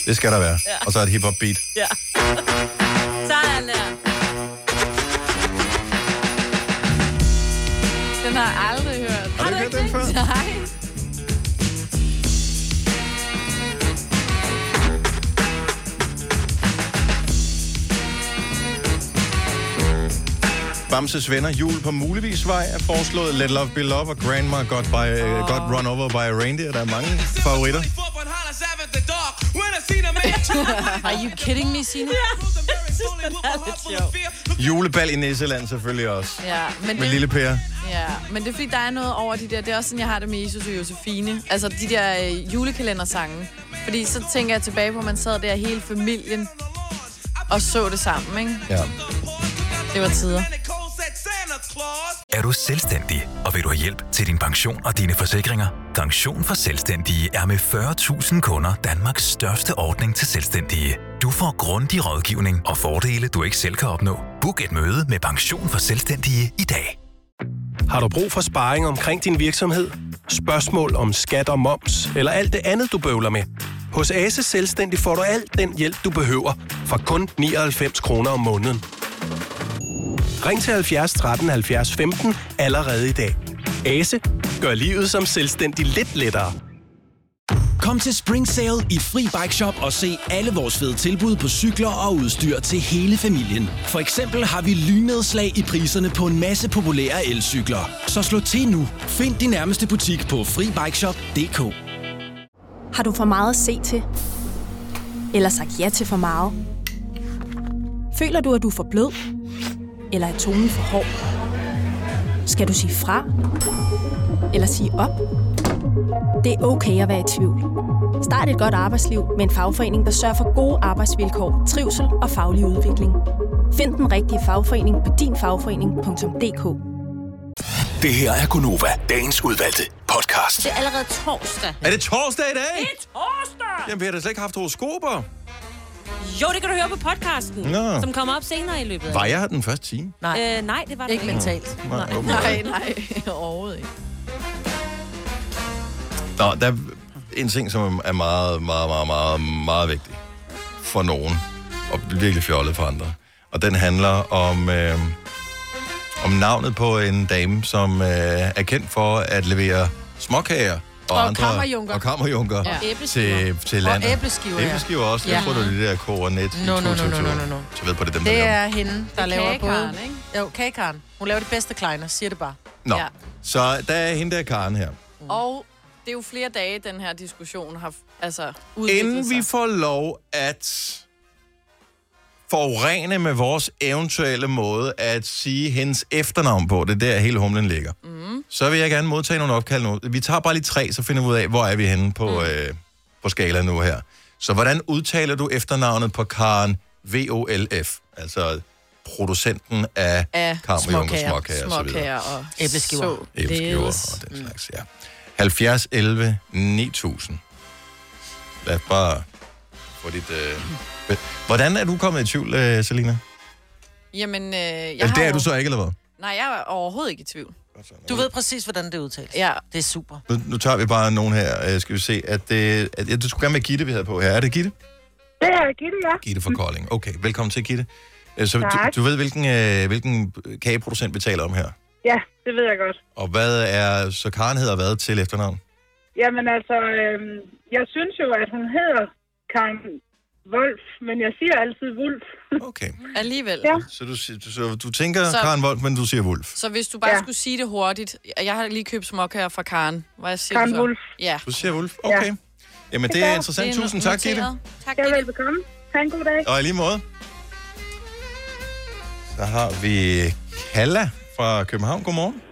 S1: Det skal der være.
S3: Ja.
S1: Og så et hip-hop beat.
S3: Ja. Sådan der.
S4: Den har jeg aldrig hørt.
S1: Har du ikke hørt den før?
S4: Nej.
S1: Bamses venner, jul på muligvis vej, er foreslået Let Love Be Love og Grandma Got, by, uh, got Run Over by a Reindeer. Der er mange favoritter.
S3: Are you kidding me, Signe?
S1: Julebal i Nisseland selvfølgelig også.
S4: Ja, men
S1: Med
S4: det-
S1: Lille Per.
S4: Ja, men det er fordi, der er noget over de der. Det er også sådan, jeg har det med Jesus og Josefine. Altså de der øh, julekalendersange. Fordi så tænker jeg tilbage på, at man sad der hele familien og så det sammen, ikke?
S1: Ja.
S4: Det var tider.
S5: Er du selvstændig, og vil du have hjælp til din pension og dine forsikringer? Pension for Selvstændige er med 40.000 kunder Danmarks største ordning til selvstændige. Du får grundig rådgivning og fordele, du ikke selv kan opnå. Book et møde med Pension for Selvstændige i dag.
S11: Har du brug for sparring omkring din virksomhed? Spørgsmål om skat og moms, eller alt det andet, du bøvler med? Hos Ase Selvstændig får du alt den hjælp, du behøver, for kun 99 kroner om måneden. Ring til 70 13 70 15 allerede i dag. Ase gør livet som selvstændig lidt lettere.
S12: Kom til Spring Sale i Fri Bike Shop og se alle vores fede tilbud på cykler og udstyr til hele familien. For eksempel har vi lynedslag i priserne på en masse populære elcykler. Så slå til nu. Find din nærmeste butik på FriBikeShop.dk
S13: Har du for meget at se til? Eller sagt ja til for meget? Føler du, at du er for blød? Eller er tonen for hård? Skal du sige fra? Eller sige op? Det er okay at være i tvivl. Start et godt arbejdsliv med en fagforening, der sørger for gode arbejdsvilkår, trivsel og faglig udvikling. Find den rigtige fagforening på dinfagforening.dk.
S5: Det her er Gunova, dagens udvalgte podcast.
S3: Det er allerede torsdag.
S1: Er det torsdag i dag?
S3: Det er torsdag!
S1: Jamen, vi har da slet ikke haft horoskoper.
S3: Jo, det kan du høre på podcasten,
S1: Nå.
S3: som kommer op senere i løbet af.
S1: Var jeg her den første time?
S3: Nej. Øh, nej, det var det ikke. mentalt.
S1: Nej,
S3: Nej,
S1: åbenbart
S4: Nej, nej, overhovedet ikke.
S1: Nå, der er en ting, som er meget, meget, meget, meget, meget vigtig for nogen, og virkelig fjollet for andre. Og den handler om, øh, om navnet på en dame, som øh, er kendt for at levere småkager og,
S2: Og
S1: andre,
S2: kammerjunker.
S1: Og kammerjunker
S2: Ja.
S1: til,
S2: Æbleskiver.
S1: til landet.
S2: Og æbleskiver, ja.
S1: æbleskiver også. Jeg
S2: Ja.
S1: tror, det er det der koronet.
S2: No, no, no, no, no, no, no.
S1: Så ved på det, dem, der
S2: Det
S1: laver.
S2: er hende, der
S4: er
S2: laver
S4: kagekaren,
S2: både... Ikke? Jo, kagekaren. Hun laver de bedste kleiner, siger det bare.
S1: Nå,
S4: Ja.
S1: så der er hende der Karen her.
S4: Og det er jo flere dage, den her diskussion har altså, udviklet
S1: Inden
S4: sig.
S1: vi får lov at forurene med vores eventuelle måde at sige hendes efternavn på, det er der hele humlen ligger, mm. så vil jeg gerne modtage nogle opkald nu. Vi tager bare lige tre, så finder vi ud af, hvor er vi henne på, mm. øh, på skalaen nu her. Så hvordan udtaler du efternavnet på Karen VOLF? Altså producenten af,
S4: af
S1: kammerjunker,
S4: småkager,
S1: småkager, og så videre.
S4: småkager og
S2: Æbleskiver.
S1: Æbleskiver og den slags, ja. 70 11 9000. Lad os bare få dit... Øh... Hvordan er du kommet i tvivl, øh, Selina?
S4: Jamen, øh, jeg
S1: Eller
S4: har
S1: det er
S4: jo-
S1: du så ikke, eller hvad?
S4: Nej, jeg er overhovedet ikke i tvivl.
S2: Du ved præcis, hvordan det udtales.
S4: Ja.
S2: Det er super.
S1: Nu, nu tager vi bare nogen her. Øh, skal vi se, at, øh, at jeg, du skulle gerne være Gitte, vi havde på her. Er det Gitte?
S6: Det er Gitte, ja.
S1: Gitte fra Kolding. Okay, velkommen til, Gitte. Øh, så
S6: Mm. Tak.
S1: du, du ved, hvilken, øh, hvilken kageproducent vi taler om her.
S6: Ja, det ved jeg godt.
S1: Og hvad er... Så Karen hedder hvad til efternavn?
S6: Jamen altså, øhm, jeg synes jo, at hun hedder Karen Wolf, men jeg siger altid Wolf.
S1: Okay.
S4: Alligevel.
S6: Ja.
S1: Så du, siger- du, så du tænker
S4: Så-
S1: så... Karen Wolf, men du siger Wolf.
S4: Så hvis du bare ja. skulle sige det hurtigt. Jeg har lige købt småkager fra Karen. Hvad siger
S6: Karen
S4: du så?
S6: Wulff.
S4: Ja.
S1: Du siger Wolf? Okay. Ja. Jamen, det er interessant.
S4: no-
S1: Tusind tak, Gitte.
S4: noteret. Tak,
S6: Gitte. velbekomme. Ha' en god dag.
S1: Og i lige måde. Så har vi Kalla fra København. Godmorgen.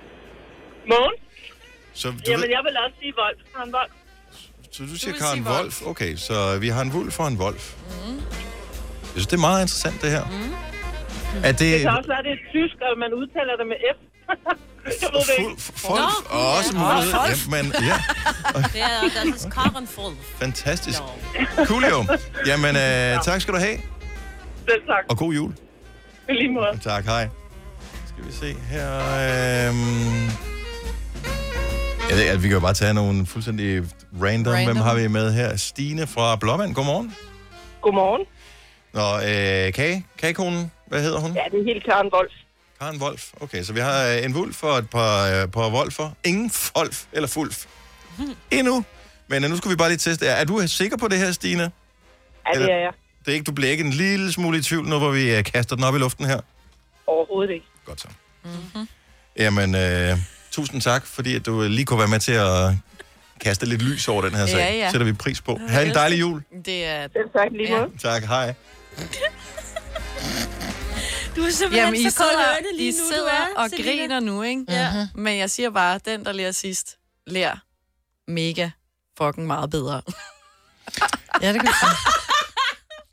S14: Morgen.
S1: Så du,
S14: Jamen,
S1: Jamen,
S14: jeg vil også sige Wolf. Han Wolf.
S1: så du
S14: du
S1: siger
S14: vil
S1: Karen
S14: sige
S1: Wolf.
S14: Wolf.
S1: Wolf. Okay, så vi har en Wolf og en Wolf. Mm. Jeg synes, det er meget Mm-hmm. interessant, det her. Mm. Er det...
S14: det kan også være, det er tysk, og man udtaler det med F. Jeg ved det ikke.
S1: F- Folk og også mulighed. Ja, men, ja,
S3: Det er, der er karrenfuld.
S1: fantastisk. Coolio. Jamen, øh, tak skal du have.
S14: Selv tak.
S1: Og god jul.
S14: I lige måde.
S1: Tak, hej. Skal vi se her. Øhm... Jeg ved, at vi kan jo bare tage nogle fuldstændig random. random. Hvem har vi med her? Stine fra Blåvand. Godmorgen.
S15: Godmorgen.
S1: Nå, øh, kage, kagekonen. Hvad hedder hun?
S15: Ja, det er helt Karen Wolf.
S1: Karen Wolf. Okay, så vi har øh, en vulf og et par, øh, par wolfer. Ingen folf eller fulf. Endnu. Men øh, nu skal vi bare lige teste. Er, er du øh, sikker på det her, Stine?
S15: Ja, det
S1: Eller-
S15: er jeg
S1: Det er ikke, du bliver ikke en lille smule i tvivl, nu hvor vi øh, kaster den op i luften her?
S15: overhovedet ikke.
S1: Godt så. Jamen, øh, tusind tak, fordi at du øh, lige kunne være med til at kaste lidt lys over den her sag.
S4: Ja, ja.
S1: Sætter vi pris på. Ha' en dejlig jul.
S4: Det er...
S15: Selv tak lige måde.
S1: Tak, hej.
S3: Du er
S4: Jamen,
S3: simpelthen
S4: I
S3: så kold
S4: sidder,
S3: i ørerne lige
S4: I
S3: nu, du
S4: sidder
S3: er,
S4: og
S3: Selina.
S4: griner nu, ikke?
S3: Ja.
S4: Men jeg siger bare, den, der lærer sidst, lærer mega fucking meget bedre. ja, det kan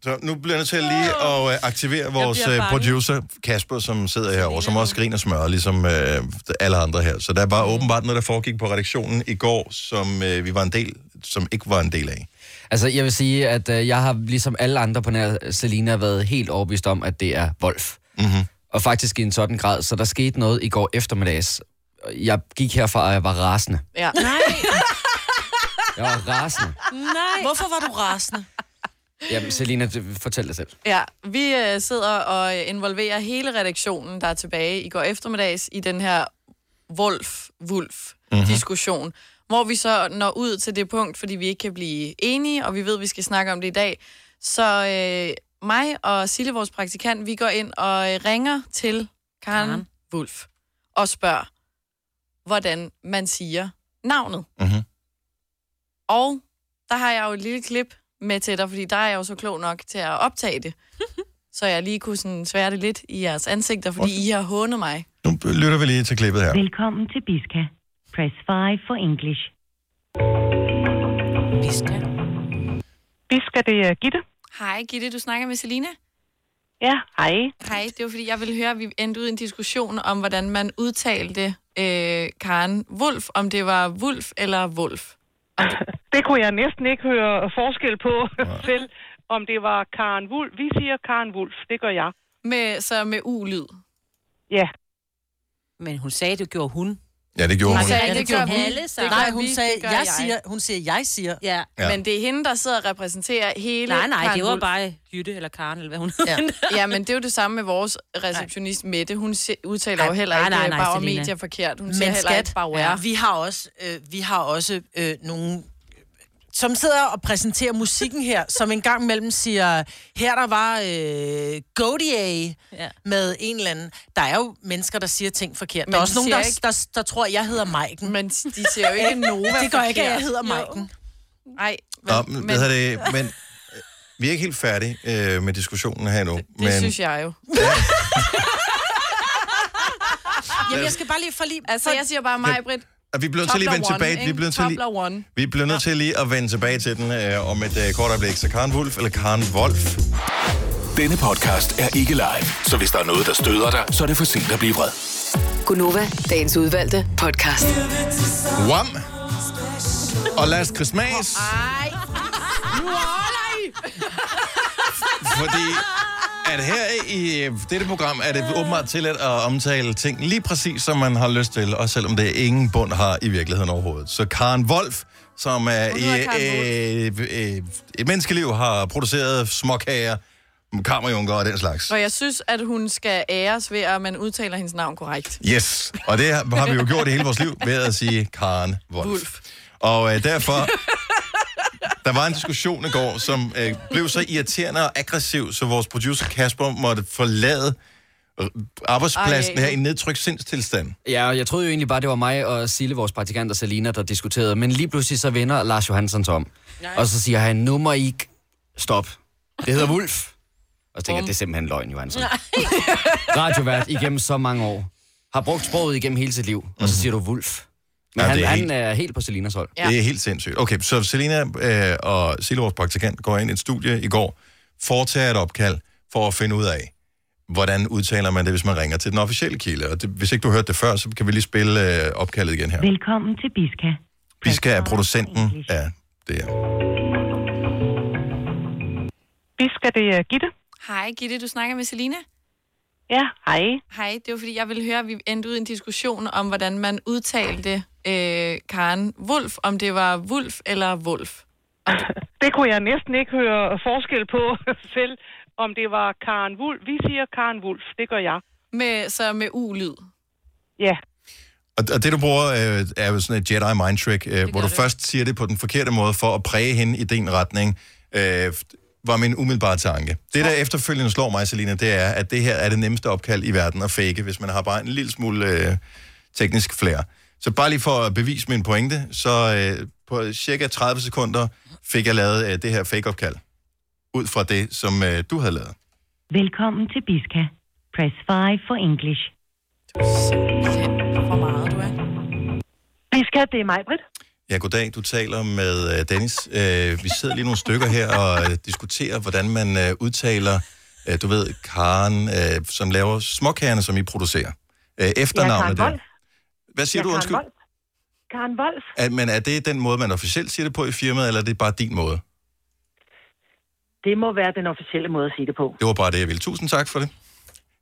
S1: Så nu bliver jeg nødt til lige at øh, aktivere vores
S4: bliver
S1: øh,
S4: bange.
S1: producer, Kasper, som sidder herovre, som også griner smør, ligesom øh, alle andre her. Så der er bare åbenbart noget, der foregik på redaktionen i går, som øh, vi var en del, som ikke var en del af.
S16: Altså, jeg vil sige, at øh, jeg har ligesom alle andre på nær Selina været helt overbevist om, at det er Wolf.
S1: Mm-hmm.
S16: Og faktisk i en sådan grad, så der skete noget i går eftermiddags. Jeg gik herfra, og jeg var rasende.
S4: Ja. Nej,
S16: Jeg var rasende.
S4: nej. Hvorfor var du rasende?
S16: Jamen, Selina, d- fortæl dig selv.
S4: Ja, vi øh, sidder og øh, involverer hele redaktionen, der er tilbage i går eftermiddags, i den her Wolf-Wulf-diskussion, hvor vi så når ud til det punkt, fordi vi ikke kan blive enige, og vi ved, at vi skal snakke om det i dag. Så øh, mig og Sille, vores praktikant, vi går ind og øh, ringer til Karen, Karen Wolf og spørger, hvordan man siger navnet.
S1: Mhm.
S4: Og der har jeg jo et lille klip med til dig, fordi der er jeg jo så klog nok til at optage det. så jeg lige kunne sådan svære det lidt i jeres ansigter, fordi I har hånet mig.
S1: Nu lytter vi lige til klippet her.
S17: Velkommen til Biska. Press 5 for English.
S4: Biska.
S18: Biska, det er Gitte.
S4: Hej Gitte, du snakker med Selina.
S18: Ja, hej.
S4: Hej, det var fordi, jeg ville høre, at vi endte ud i en diskussion om, hvordan man udtalte øh, Karen Wolf, om det var Wolf eller Wolf.
S18: Det kunne jeg næsten ikke høre forskel på selv, om det var Karen Wulf. Vi siger Karen Wulf, det gør jeg.
S4: Med, så med ulyd.
S18: Ja.
S3: Men hun sagde, det gjorde hun.
S1: Ja, det gjorde hun.
S4: det
S3: Mm. det
S4: gør
S3: gjorde
S4: vi.
S3: alle
S4: Det
S3: sammen.
S4: gør
S3: Nej, hun
S4: vi,
S3: sagde,
S4: det gør
S3: jeg,
S4: jeg.
S3: siger, hun siger, jeg siger.
S4: Ja.
S3: Ja.
S4: Men det er hende, der sidder og repræsenterer hele
S3: Nej, nej,
S4: Karen
S3: det var
S4: Wulff.
S3: bare Jytte eller Karen, eller hvad hun
S4: Ja.
S3: hedder.
S4: ja, men det er jo det samme med vores receptionist Mette. Hun se- udtaler jo
S3: Ej,
S4: heller
S3: nej,
S4: ikke øh, nej,
S3: nej, nej,
S4: nej, Bauer
S3: Selina.
S4: Media forkert. Hun
S2: Men
S4: siger heller
S2: skat,
S4: ikke Bauer.
S2: ja, vi har også, øh, vi har også øh, nogle som sidder og præsenterer musikken her, som en gang imellem siger, her der var øh, Godier ja. med en eller anden. Der er jo mennesker, der siger ting forkert. Men der
S4: Men
S2: er
S4: de
S2: også nogen,
S4: siger
S2: der,
S4: ikke-
S2: der, der, der tror, at jeg hedder Maiken.
S4: Men de siger jo ikke Nova
S2: Det gør ikke, at
S4: forkert.
S2: jeg hedder
S4: Jo.
S2: Maiken.
S4: Nej,
S1: Nå, men, hvad hedder det, men øh, vi er ikke helt færdige øh, med diskussionen her nu. Det,
S4: det
S1: men,
S4: synes jeg jo.
S2: Jamen, jeg skal bare lige forlige...
S4: Altså, jeg siger bare mig, Britt.
S1: Og vi bliver nødt til lige at vende tilbage. Vi bliver nødt til lige,
S4: lige...
S1: vi bliver nødt til lige at vende tilbage til den øh, om et øh, kort øjeblik. Så Karen Wolf eller Karen Wolf.
S5: Denne podcast er ikke live, så hvis der er noget, der støder dig, så er det for sent at blive vred.
S19: Gunova, dagens udvalgte podcast.
S1: Wham! Og Last Christmas,
S4: Ej. Nu holder I.
S1: fordi at her i øh, dette program er det åbenbart tilladt at omtale ting lige præcis, som man har lyst til, og selvom det ingen bund har i virkeligheden overhovedet. Så Karen Wolf, som er i
S20: hedder Karen
S1: øh, øh, et menneskeliv, har produceret småkager, kammerjunker og den slags.
S4: Og jeg synes, at hun skal æres ved, at man udtaler hendes navn korrekt.
S1: Yes, og det har har vi jo gjort i hele vores liv ved at sige Karen Wolf. Wolf. Og øh, derfor, der var en diskussion i går, som øh, blev så irriterende og aggressiv, så vores producer Kasper måtte forlade øh, arbejdspladsen
S16: Ej.
S1: her i nedtrykt sindstilstand.
S16: Ja, og jeg troede jo egentlig bare, det var mig og Sille, vores praktikant og Selina, der diskuterede. Men lige pludselig så vender Lars Johansson sig om. Nej. Og så siger han, nu må I ikke stop. Det hedder Wolf. Og så tænker jeg, det er simpelthen løgn, Johansson. Radiovært igennem så mange år. Har brugt sproget igennem hele sit liv. Og så siger du Wolf. Men ja,
S1: Ja,
S16: han,
S1: det
S16: er
S1: er
S16: han
S1: helt-
S16: helt... er helt på Selinas hold.
S1: Ja. Det er helt sindssygt. Okay, så Selina øh, og Sille, vores praktikant, går ind i et studie i går, foretager et opkald for at finde ud af, hvordan udtaler man det, hvis man ringer til den officielle kilde. Og det, hvis ikke du hørte det før, så kan vi lige spille øh, opkaldet igen her.
S17: Velkommen til Biska.
S1: Biska er producenten af det her.
S21: Biska, det er Gitte.
S4: Hej Gitte, du snakker med Selina.
S21: Ja, hej.
S4: Hej, det var fordi, jeg ville høre, at vi endte ud i en diskussion om, hvordan man udtalte øh, Karen Wolf, om det var Wolf eller Wolf.
S21: Det kunne jeg næsten ikke høre forskel på selv, om det var Karen Wulf. Vi siger Karen Wulf, det gør jeg.
S4: Med, så med ulyd.
S21: Ja.
S1: Og, og det, du bruger, øh, er jo sådan et Jedi mind trick, øh, hvor du det. først siger det på den forkerte måde for at præge hende i din retning, øh, var min umiddelbare tanke. Det, der efterfølgende slår mig, Selina, det er, at det her er det nemmeste opkald i verden at fake, hvis man har bare en lille smule øh, teknisk flair. Så bare lige for at bevise min pointe, så øh, på cirka 30 sekunder fik jeg lavet øh, det her fake-opkald, ud fra det, som øh, du havde lavet.
S17: Velkommen til Biska. Press 5 for English.
S21: Biska, det er mig, Britt.
S1: Ja, goddag. Du taler med øh, Dennis. Øh, vi sidder lige nogle stykker her og øh, diskuterer, hvordan man øh, udtaler, øh, du ved, Karen, øh, som laver småkagerne, som I producerer. Øh, efternavnet
S9: Karen
S1: der. Hvad siger
S9: Ja,
S1: du,
S9: Karen
S1: undskyld?
S9: Wolf. Karen Wolf.
S1: At, men er det den måde, man officielt siger det på i firmaet, eller er det bare din måde?
S9: Det må være den officielle måde at sige det på.
S1: Det var bare det, jeg ville. Tusind tak for det.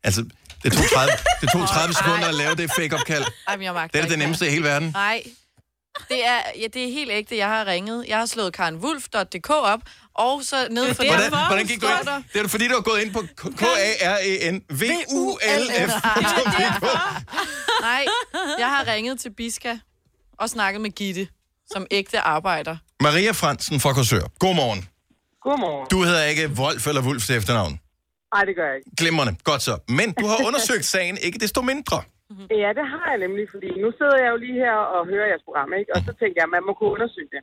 S1: Altså, det tog 30, det tog 30 sekunder at lave det fake-opkald.
S4: Ej, men jeg magter
S1: Det er da
S4: ikke
S1: det nemmeste i hele verden.
S4: Nej. Det er, ja, det er helt ægte. Jeg har ringet. Jeg har slået karenwulf.dk op, og så nede for
S1: Hvordan, hvordan gik du ind? Det er fordi, du har gået ind på E K-A-R-E-N-V-U-L-F.
S4: Nej, jeg har ringet til Biska og snakket med Gitte, som ægte arbejder.
S1: Maria Fransen fra Korsør. Godmorgen.
S9: Godmorgen.
S1: Du hedder ikke Wolf eller Wulf til efternavn.
S9: Nej, det gør jeg ikke.
S1: Glimrende. Godt så. Men du har undersøgt sagen, ikke desto mindre.
S9: Ja, det har jeg nemlig, fordi nu sidder jeg jo lige her og hører jeres program, ikke? Og så tænkte jeg, at man må kunne undersøge det.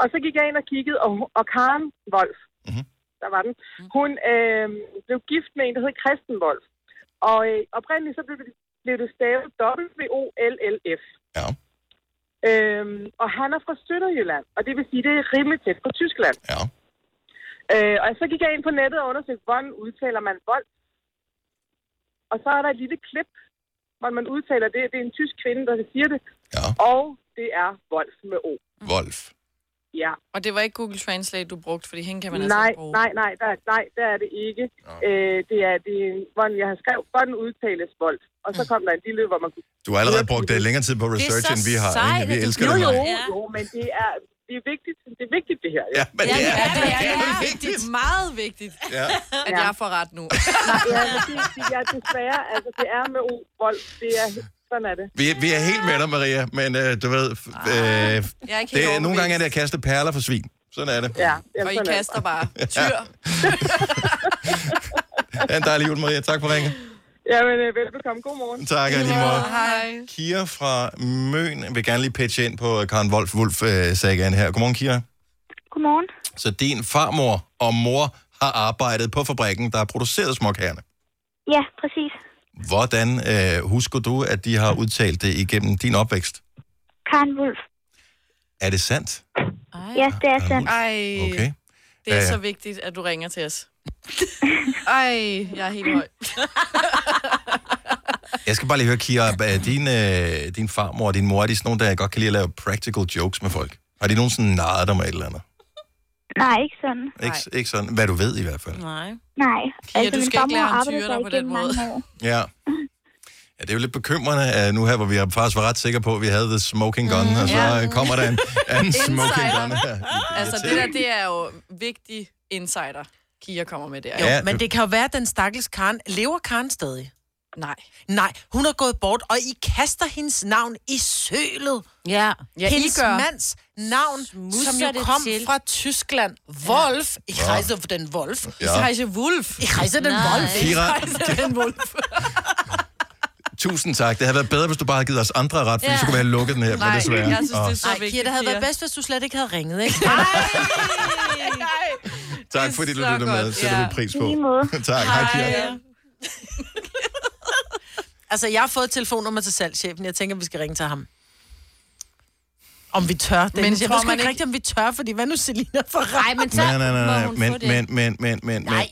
S9: Og så gik jeg ind og kiggede, og, og Karen Wolf,
S1: Mm-hmm.
S9: der var den, hun øh, blev gift med en, der hed Kristen Wolf. Og øh, oprindeligt så blev det, blev det stavet W-O-L-L-F.
S1: Ja.
S9: Øhm, og han er fra Sønderjylland, og det vil sige, det er rimelig tæt på Tyskland.
S1: Ja.
S9: Øh, og så gik jeg ind på nettet og undersøgte, hvordan udtaler man vold. Og så er der et lille klip, hvor man udtaler det. Det er en tysk kvinde, der siger det.
S1: Ja.
S9: Og det er Wolf med O.
S1: Wolf.
S9: Ja.
S4: Og det var ikke Google Translate, du brugte, fordi hende kan man altså
S9: Nej,
S4: ikke bruge.
S9: nej, nej, der, nej, der er det ikke. Øh, det er, det er, hvordan jeg har skrevet, hvordan udtales vold. Og så kom der en lille, hvor man kunne...
S1: Du har allerede brugt øh, længere tid på research, end vi har. ikke? Vi elsker
S9: jo,
S1: det.
S9: jo,
S1: Maria.
S9: jo, men det er, det er vigtigt, det er vigtigt det her.
S1: Ja, men det er-
S4: Ja, det er, det er vigtigt. Meget vigtigt,
S1: Ja.
S4: at
S9: Ja.
S4: jeg får ret nu.
S9: ja, men det, det er desværre, altså det er med O, vold, det er, sådan er det.
S1: Vi, vi er helt med dig, Maria, men øh, du ved, f- øh,
S9: Ah, Jeg er ikke helt
S1: det, er-
S9: overbevist.
S1: nogle gange er det at kaste perler for svin. Sådan er det.
S9: Ja,
S4: Og I kaster bare tyr.
S1: Ha' en dejlig jul, Maria. Tak for ringen.
S9: Jamen, øh, velbekomme. Godmorgen.
S1: Tak, og i lige måde.
S9: Hej.
S1: Kira fra Møn vil gerne lige pitche ind på Karen Wolf Wolf øh, sagen her. Godmorgen, Kira.
S6: Godmorgen.
S1: Så din farmor og mor har arbejdet på fabrikken, der har produceret småkagerne.
S6: Ja, præcis.
S1: Hvordan øh, husker du, at de har udtalt det igennem din opvækst?
S6: Karen Wolf.
S1: Er det sandt?
S6: Ja, det er sandt.
S4: Ej,
S1: Okay. Øh,
S4: det
S1: Ja,
S4: er
S1: ja.
S4: så vigtigt, at du ringer til os. Ej, jeg er helt høj.
S1: Jeg skal bare lige høre, Kira, er din, øh, din farmor og din mor, er de sådan nogle, der godt kan lide at lave practical jokes med folk? Har de nogensinde narret dig med et eller andet?
S6: Nej, ikke sådan.
S1: Ikke, ikke sådan, hvad du ved i hvert fald.
S6: Nej. Nej. Altså,
S4: Kira, du skal ikke lære om tyre dig på den måde.
S1: Ja. Ja, det er jo lidt bekymrende at nu her, hvor vi er faktisk var ret sikre på, at vi havde the smoking gun, mm, og så
S4: ja.
S1: øh, kommer der en anden smoking
S4: Insider.
S1: gun her.
S4: Altså, det der, det er jo vigtig insider, Kia kommer med der.
S1: Jo, Ja, men du-
S2: Men det kan jo være, at den stakkels Karen, lever Karen stadig?
S4: Nej.
S2: Nej, hun er gået bort, og I kaster hendes navn i sølet.
S3: Ja.
S2: Ja, hendes
S3: I gør.
S2: mands navn,
S3: Smusser
S2: som jo
S3: det
S2: kom
S3: til.
S2: fra Tyskland. Wolf. Ja. Ich
S1: Ja.
S2: heiße den Wolf.
S1: Ja. Ich
S4: heiße Wolf.
S2: Ich heiße den
S3: Nej.
S2: Wolf. Ich
S1: Kira-
S2: heiße den Wolf.
S1: Tusind tak. Det havde været bedre, hvis du bare havde givet os andre ret, for ja.
S2: Ja.
S1: så kunne vi have lukket den her. men desværre. Åh,
S2: Ej, Kira, det havde været
S3: Kira.
S2: bedst, hvis du slet ikke havde ringet, ikke?
S1: Tak fordi du
S2: så
S1: lyttede med.
S2: godt,
S1: Sætter
S2: ja.
S1: vi pris på.
S2: I lige måde.
S1: tak. Hej, Kira.
S2: altså, jeg har fået et telefonnummer til salgschefen. Jeg tænker, vi skal ringe til ham. Om vi tør, Dennis. Men jeg
S3: tror
S2: ved sgu
S3: man
S2: ikke
S3: ikke-
S2: rigtigt, om vi tør, fordi hvad nu Selina får ret?
S3: Nej, men så
S1: Nej, nej,
S3: må
S1: nej, nej.
S3: hun få
S1: Men,
S3: det.
S1: men, men, men, men, men.
S2: Nej.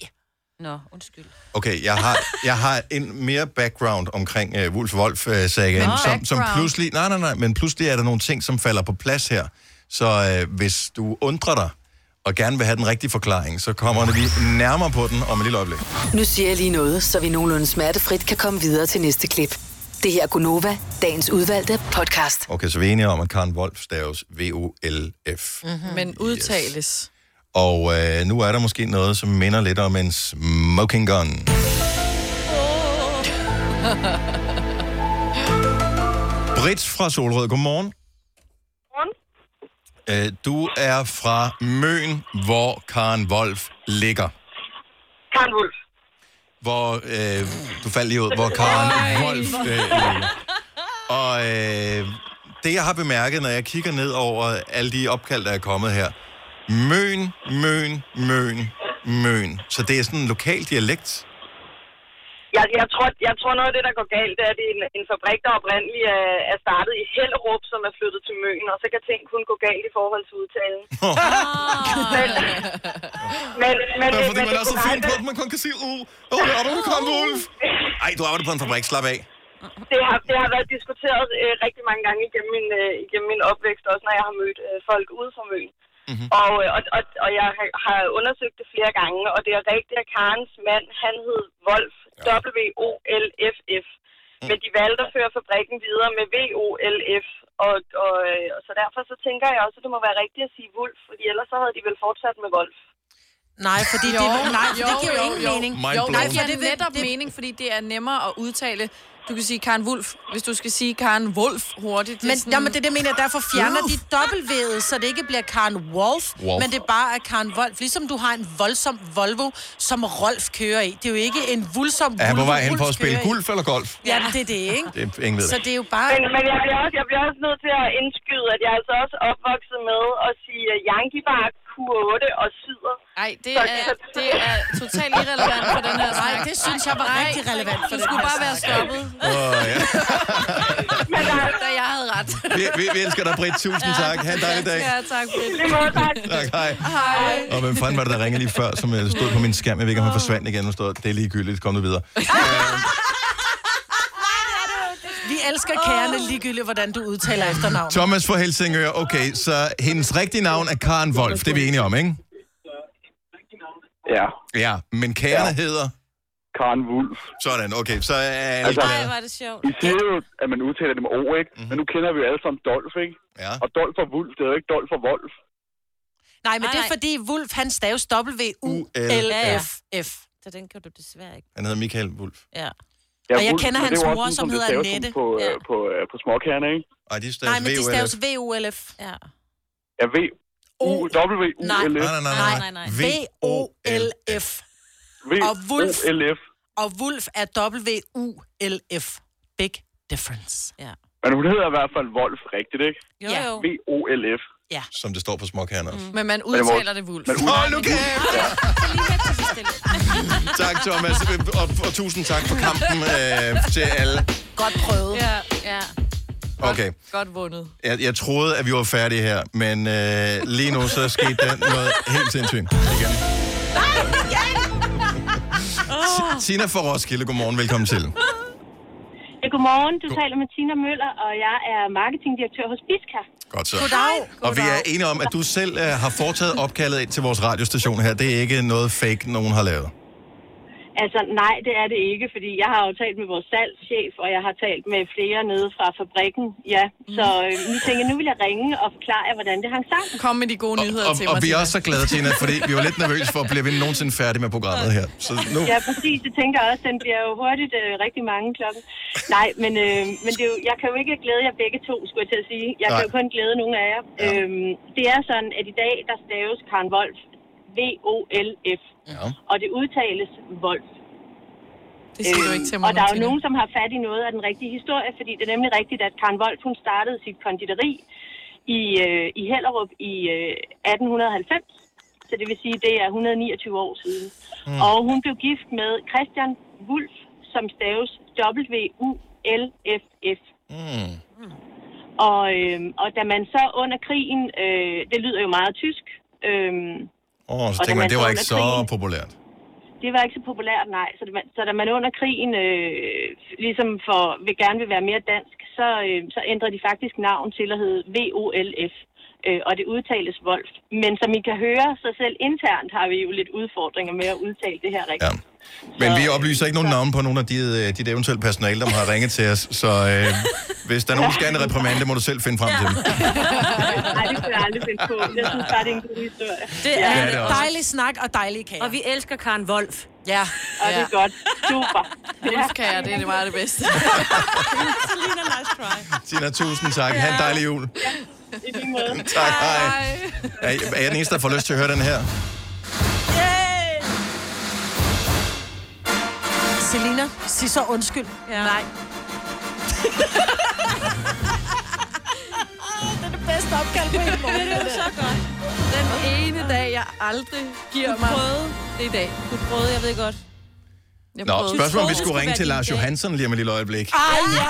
S3: Nå, undskyld.
S1: Okay, jeg har, jeg har en mere background omkring øh, Wolf wolf øh, sagen
S3: Nå.
S1: som, som
S3: Background.
S1: pludselig... Nej, nej, nej, men pludselig er der nogle ting, som falder på plads her. Så øh, hvis du undrer dig, og gerne vil have den rigtige forklaring, så kommer vi nærmere på den om et lille øjeblik.
S19: Nu siger jeg lige noget, så vi nogenlunde smertefrit kan komme videre til næste klip. Det her er Gunova, dagens udvalgte podcast.
S1: Okay, så vi er enige om, at Karen Wolf staves V-O-L-F.
S4: Mm-hmm. Men udtales.
S1: Og øh, nu er der måske noget, som minder lidt om en smoking gun. Britt fra Solrød, godmorgen.
S7: Godmorgen.
S1: Øh, du er fra Møn, hvor Karen Wolf ligger.
S7: Karen Wolf.
S1: Hvor, øh, du faldt lige ud, hvor Karen
S7: Ej.
S1: Wolf øh, ligger. Og øh, det, jeg har bemærket, når jeg kigger ned over alle de opkald, der er kommet her. Møn, Møn, Møn, Møn. Så det er sådan en lokal dialekt.
S7: Jeg, jeg, tror, jeg tror noget af det, der går galt, det er, at det er en, en fabrik, der oprindeligt er, er startet i Hellerup, som er flyttet til Møn, og så kan ting kun gå galt i forhold til udtalen. men, men, men,
S1: Bare fordi
S7: men
S1: man
S7: det
S1: er så
S7: korrekte-
S1: fin på, at man kun kan sige, uh, oh, er du Karen Wolf? Ej, du arbejder på en fabrik, slap af.
S7: det har, det har været diskuteret øh, rigtig mange gange igennem min, øh, igennem min opvækst, også når jeg har mødt øh, folk ude fra Møn.
S22: Mhm.
S6: Mhm.
S7: Mm-hmm. Og, øh, og, og, og jeg har- har undersøgt det flere gange, og det er rigtigt, at Karens mand, han hed Wolf, ja. W-O-L-F-F. Men de valgte at føre fabrikken videre med V-O-L-F, og, og, øh, og så derfor så tænker jeg også, at det må være rigtigt at sige Wolf, fordi ellers så havde de vel fortsat med Wolf.
S2: Nej, fordi
S7: Jo,
S2: det, nej, for det
S7: jo,
S2: giver
S7: jo,
S2: jo, ingen
S7: jo.
S2: mening.
S4: Jo,
S2: Nej,
S4: nej,
S2: for
S4: det
S2: det
S4: giver
S2: vil-
S4: netop mening, fordi det er nemmere at udtale. Du kan sige Karen Wolf, hvis du skal sige Karen Wolf hurtigt.
S2: Men, sådan... jamen, det er det, jeg mener, derfor fjerner de dobbeltvedet, så det ikke bliver Karen Wolf,
S4: Wolf.
S2: Wolf. men det bare er Karen Wolf. Ligesom du har en voldsom Volvo, som Rolf kører i. Det er jo ikke en voldsom
S1: Er han på
S2: Volvo,
S1: vej hen på
S2: Rolf
S1: at spille
S2: kører i.
S1: golf eller golf?
S2: Ja, det er det, ikke?
S1: Det er ingen ved
S2: Så
S1: det.
S2: det er jo bare...
S7: Men, men jeg, bliver også, jeg bliver også nødt til at indskyde, at jeg er altså også opvokset med at sige øh, Yankee Bar, Q8 og Syder.
S4: Nej, det er, det er totalt irrelevant for den her snak.
S2: Nej, det synes jeg var rigtig relevant
S4: Du
S2: for den
S4: skulle
S2: her
S4: bare være
S2: snak.
S4: stoppet,
S1: Åh, ja.
S4: da jeg havde ret.
S1: vi, vi, vi elsker dig, Britt. Tusind tak. Ha' en dejlig dag.
S4: Ja, tak. Britt.
S1: Tak, hej.
S4: Hej.
S1: Og hvem fanden var det, der ringede lige før, som øh, stod på min skærm? Jeg ved ikke, om han forsvandt igen. Nu stod, det er ligegyldigt. Kom nu videre.
S2: Vi elsker kærne ligegyldigt, hvordan du udtaler efternavn.
S1: Thomas fra Helsingør. Okay, så hendes rigtige navn er Karen Wolf. Det er vi enige om, ikke?
S22: Ja.
S1: Ja, men kærene ja. hedder?
S22: Karen Wulf.
S1: Sådan, okay. Så er
S22: Altså,
S1: altså,
S3: var det sjovt.
S22: I siger jo, at man udtaler det med O, ikke? Mm-hmm. Men nu kender vi jo alle sammen Dolf, ikke?
S1: Ja.
S22: Og Dolf og Wulf, det er jo ikke Dolf og Wolf.
S2: Nej, men det er fordi Wolf, han staves W-U-L-F-F.
S3: Så den kan du desværre ikke.
S1: Han hedder Michael Wulf.
S3: Ja.
S2: Ja, Og jeg Wulff, kender men det hans er jo også mor, sådan, som som det hedder staves Annette.
S22: På,
S2: på,
S22: ja. på, øh, på småkærne, ikke?
S1: Ej, de
S2: Nej, men det staves V-U-L-F. Ja.
S22: Ja, V. U, W, U,
S2: Nej.
S22: L, F.
S2: Nej, nej, nej, nej. Nej, nej, nej. V-O-L-F.
S22: V,
S2: Og Wulff.
S22: O, L, F.
S2: Og Wolf er W-U-L-F. Big difference. Ja.
S22: Men hun hedder i hvert fald Wolf, rigtigt, ikke?
S2: Jo, Ja. jo.
S22: V, O, L, F.
S2: Ja. Mm.
S1: Som det står på småkærne også.
S4: Men man
S1: Men det må-
S4: udtaler det vulf.
S1: Men ud- Hold nu kæft!
S4: Ja.
S1: Tak, Thomas. Og, og tusind tak for kampen øh, til alle.
S2: Godt prøvet.
S4: Ja, ja.
S1: Okay.
S4: Godt vundet.
S1: Jeg, jeg troede, at vi var færdige her, men øh, lige nu så skete der noget helt sindssygt. Igen.
S4: Ah!
S23: Oh.
S1: Tina fra Roskilde, godmorgen, velkommen til.
S23: Ja, godmorgen. Du taler med Tina Møller, og jeg er marketingdirektør hos Biska.
S1: Godt så.
S23: Goddag.
S1: Og vi er enige om, at du selv øh, har foretaget opkaldet ind til vores radiostation her. Det er ikke noget fake, nogen har lavet.
S23: Altså, nej, det er det ikke, fordi jeg har jo talt med vores salgschef, og jeg har talt med flere nede fra fabrikken. Ja,
S4: Mhm.
S23: så øh, nu tænker jeg, nu vil jeg ringe og forklare jer, hvordan det hang sammen.
S4: Kom med de gode nyheder
S1: Og, og vi er også så glade, Tina, fordi vi var lidt nervøse for, bliver vi nogensinde færdige med programmet her. Så nu...
S23: Ja, præcis. Det tænker jeg også. Den bliver jo hurtigt øh, rigtig mange klokken. Nej, men, øh, men det er jo, jeg kan jo ikke glæde jer begge to, skulle jeg til at sige. Jeg kan
S24: Nej.
S23: jo kun glæde nogle af jer. Ja. Øhm, det er sådan, at i dag, der staves Karen Wolf. V-O-L-F.
S1: Ja.
S23: Og det udtales Wolf.
S4: Det siger du ikke til mig
S23: Og der er jo
S4: nogensinde.
S23: nogen, som har fat i noget af den rigtige historie, fordi det er nemlig rigtigt, at Karen Wolf, hun startede sit konditori i, øh, i Hellerup i øh, 1890. Så det vil sige, det er 129 år siden.
S25: Mm.
S23: Mm. Og hun blev gift med Christian Wulf, som staves W-U-L-F-F.
S1: Mm.
S23: Og, øh, og da man så under krigen, øh, det lyder jo meget tysk, øh,
S1: Åh, oh,
S23: Og
S1: så
S23: da
S1: tænker man,
S23: man
S1: det
S23: så
S1: var
S23: under
S1: ikke så
S23: krigen-
S1: populært.
S23: det var ikke så populært, nej. Så, det, var- så da man under krigen øh, ligesom for, vil gerne vil være mere dansk, så, øh, så ændrede de faktisk navn til at hedde VOLF. Øh, og det udtales Wolf. Men som I kan høre, så selv internt har vi jo lidt udfordringer med at udtale det her rigtigt. Ja.
S1: Men vi oplyser ikke nogen navne på nogen af de, øh, dit eventuelle personale, der har ringet til os. Så øh, hvis der er nogen, der skal have en reprimande, må du selv finde frem til dem.
S23: Nej, det kunne jeg aldrig finde på. Jeg synes bare, det er en god historie.
S3: Det
S1: Ja,
S3: er,
S1: det er
S3: det
S1: det
S3: er
S1: også.
S3: dejlig snak og dejlige kager. Og vi elsker Karen Wolf. Ja.
S23: Og det er godt. Super.
S4: Wolfkager, det er det meget det bedste.
S2: Selina, nice try.
S1: Tina, tusind tak. Ha' en dejlig jul.
S23: I lige måde.
S1: Tak, hej. Er, er jeg den eneste, der får lyst til at høre den her?
S2: Selina, sig så undskyld. Ja. Nej.
S4: det er det bedste opkald på hele morgen. det er så godt. Den ene dag, jeg aldrig giver
S3: Du
S4: mig.
S3: prøvede.
S4: Det er i dag.
S3: Du prøvede, jeg ved godt.
S4: Jeg
S1: Nå,
S4: prøvede.
S1: spørgsmålet om vi
S4: Du
S1: skulle
S4: troede,
S1: ringe
S4: det
S1: til
S4: være
S1: Lars
S4: din dag.
S1: Johansson lige om et lille øjeblik.
S4: Ej, ja.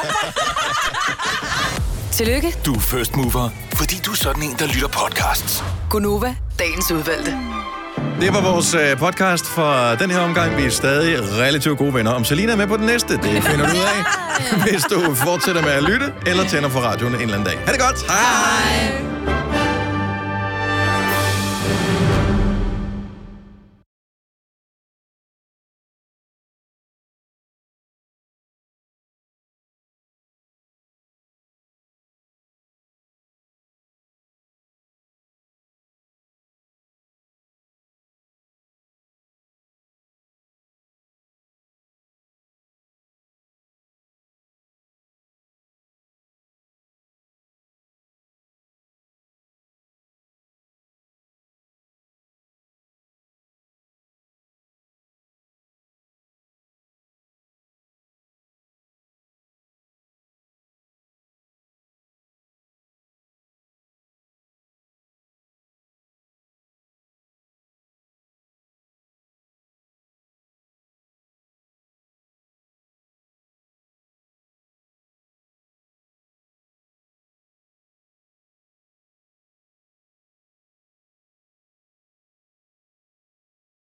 S19: Tillykke,
S5: Du er first mover, fordi du er sådan en, der lytter podcasts.
S19: Gunova, dagens udvalgte.
S1: Det var vores øh, podcast for den her omgang. Vi er stadig relativt gode venner. Om Selina er med på den næste, det finder du ud af, hvis du fortsætter med at lytte eller tænder for radioen en eller anden dag. Ha' det godt. Hej.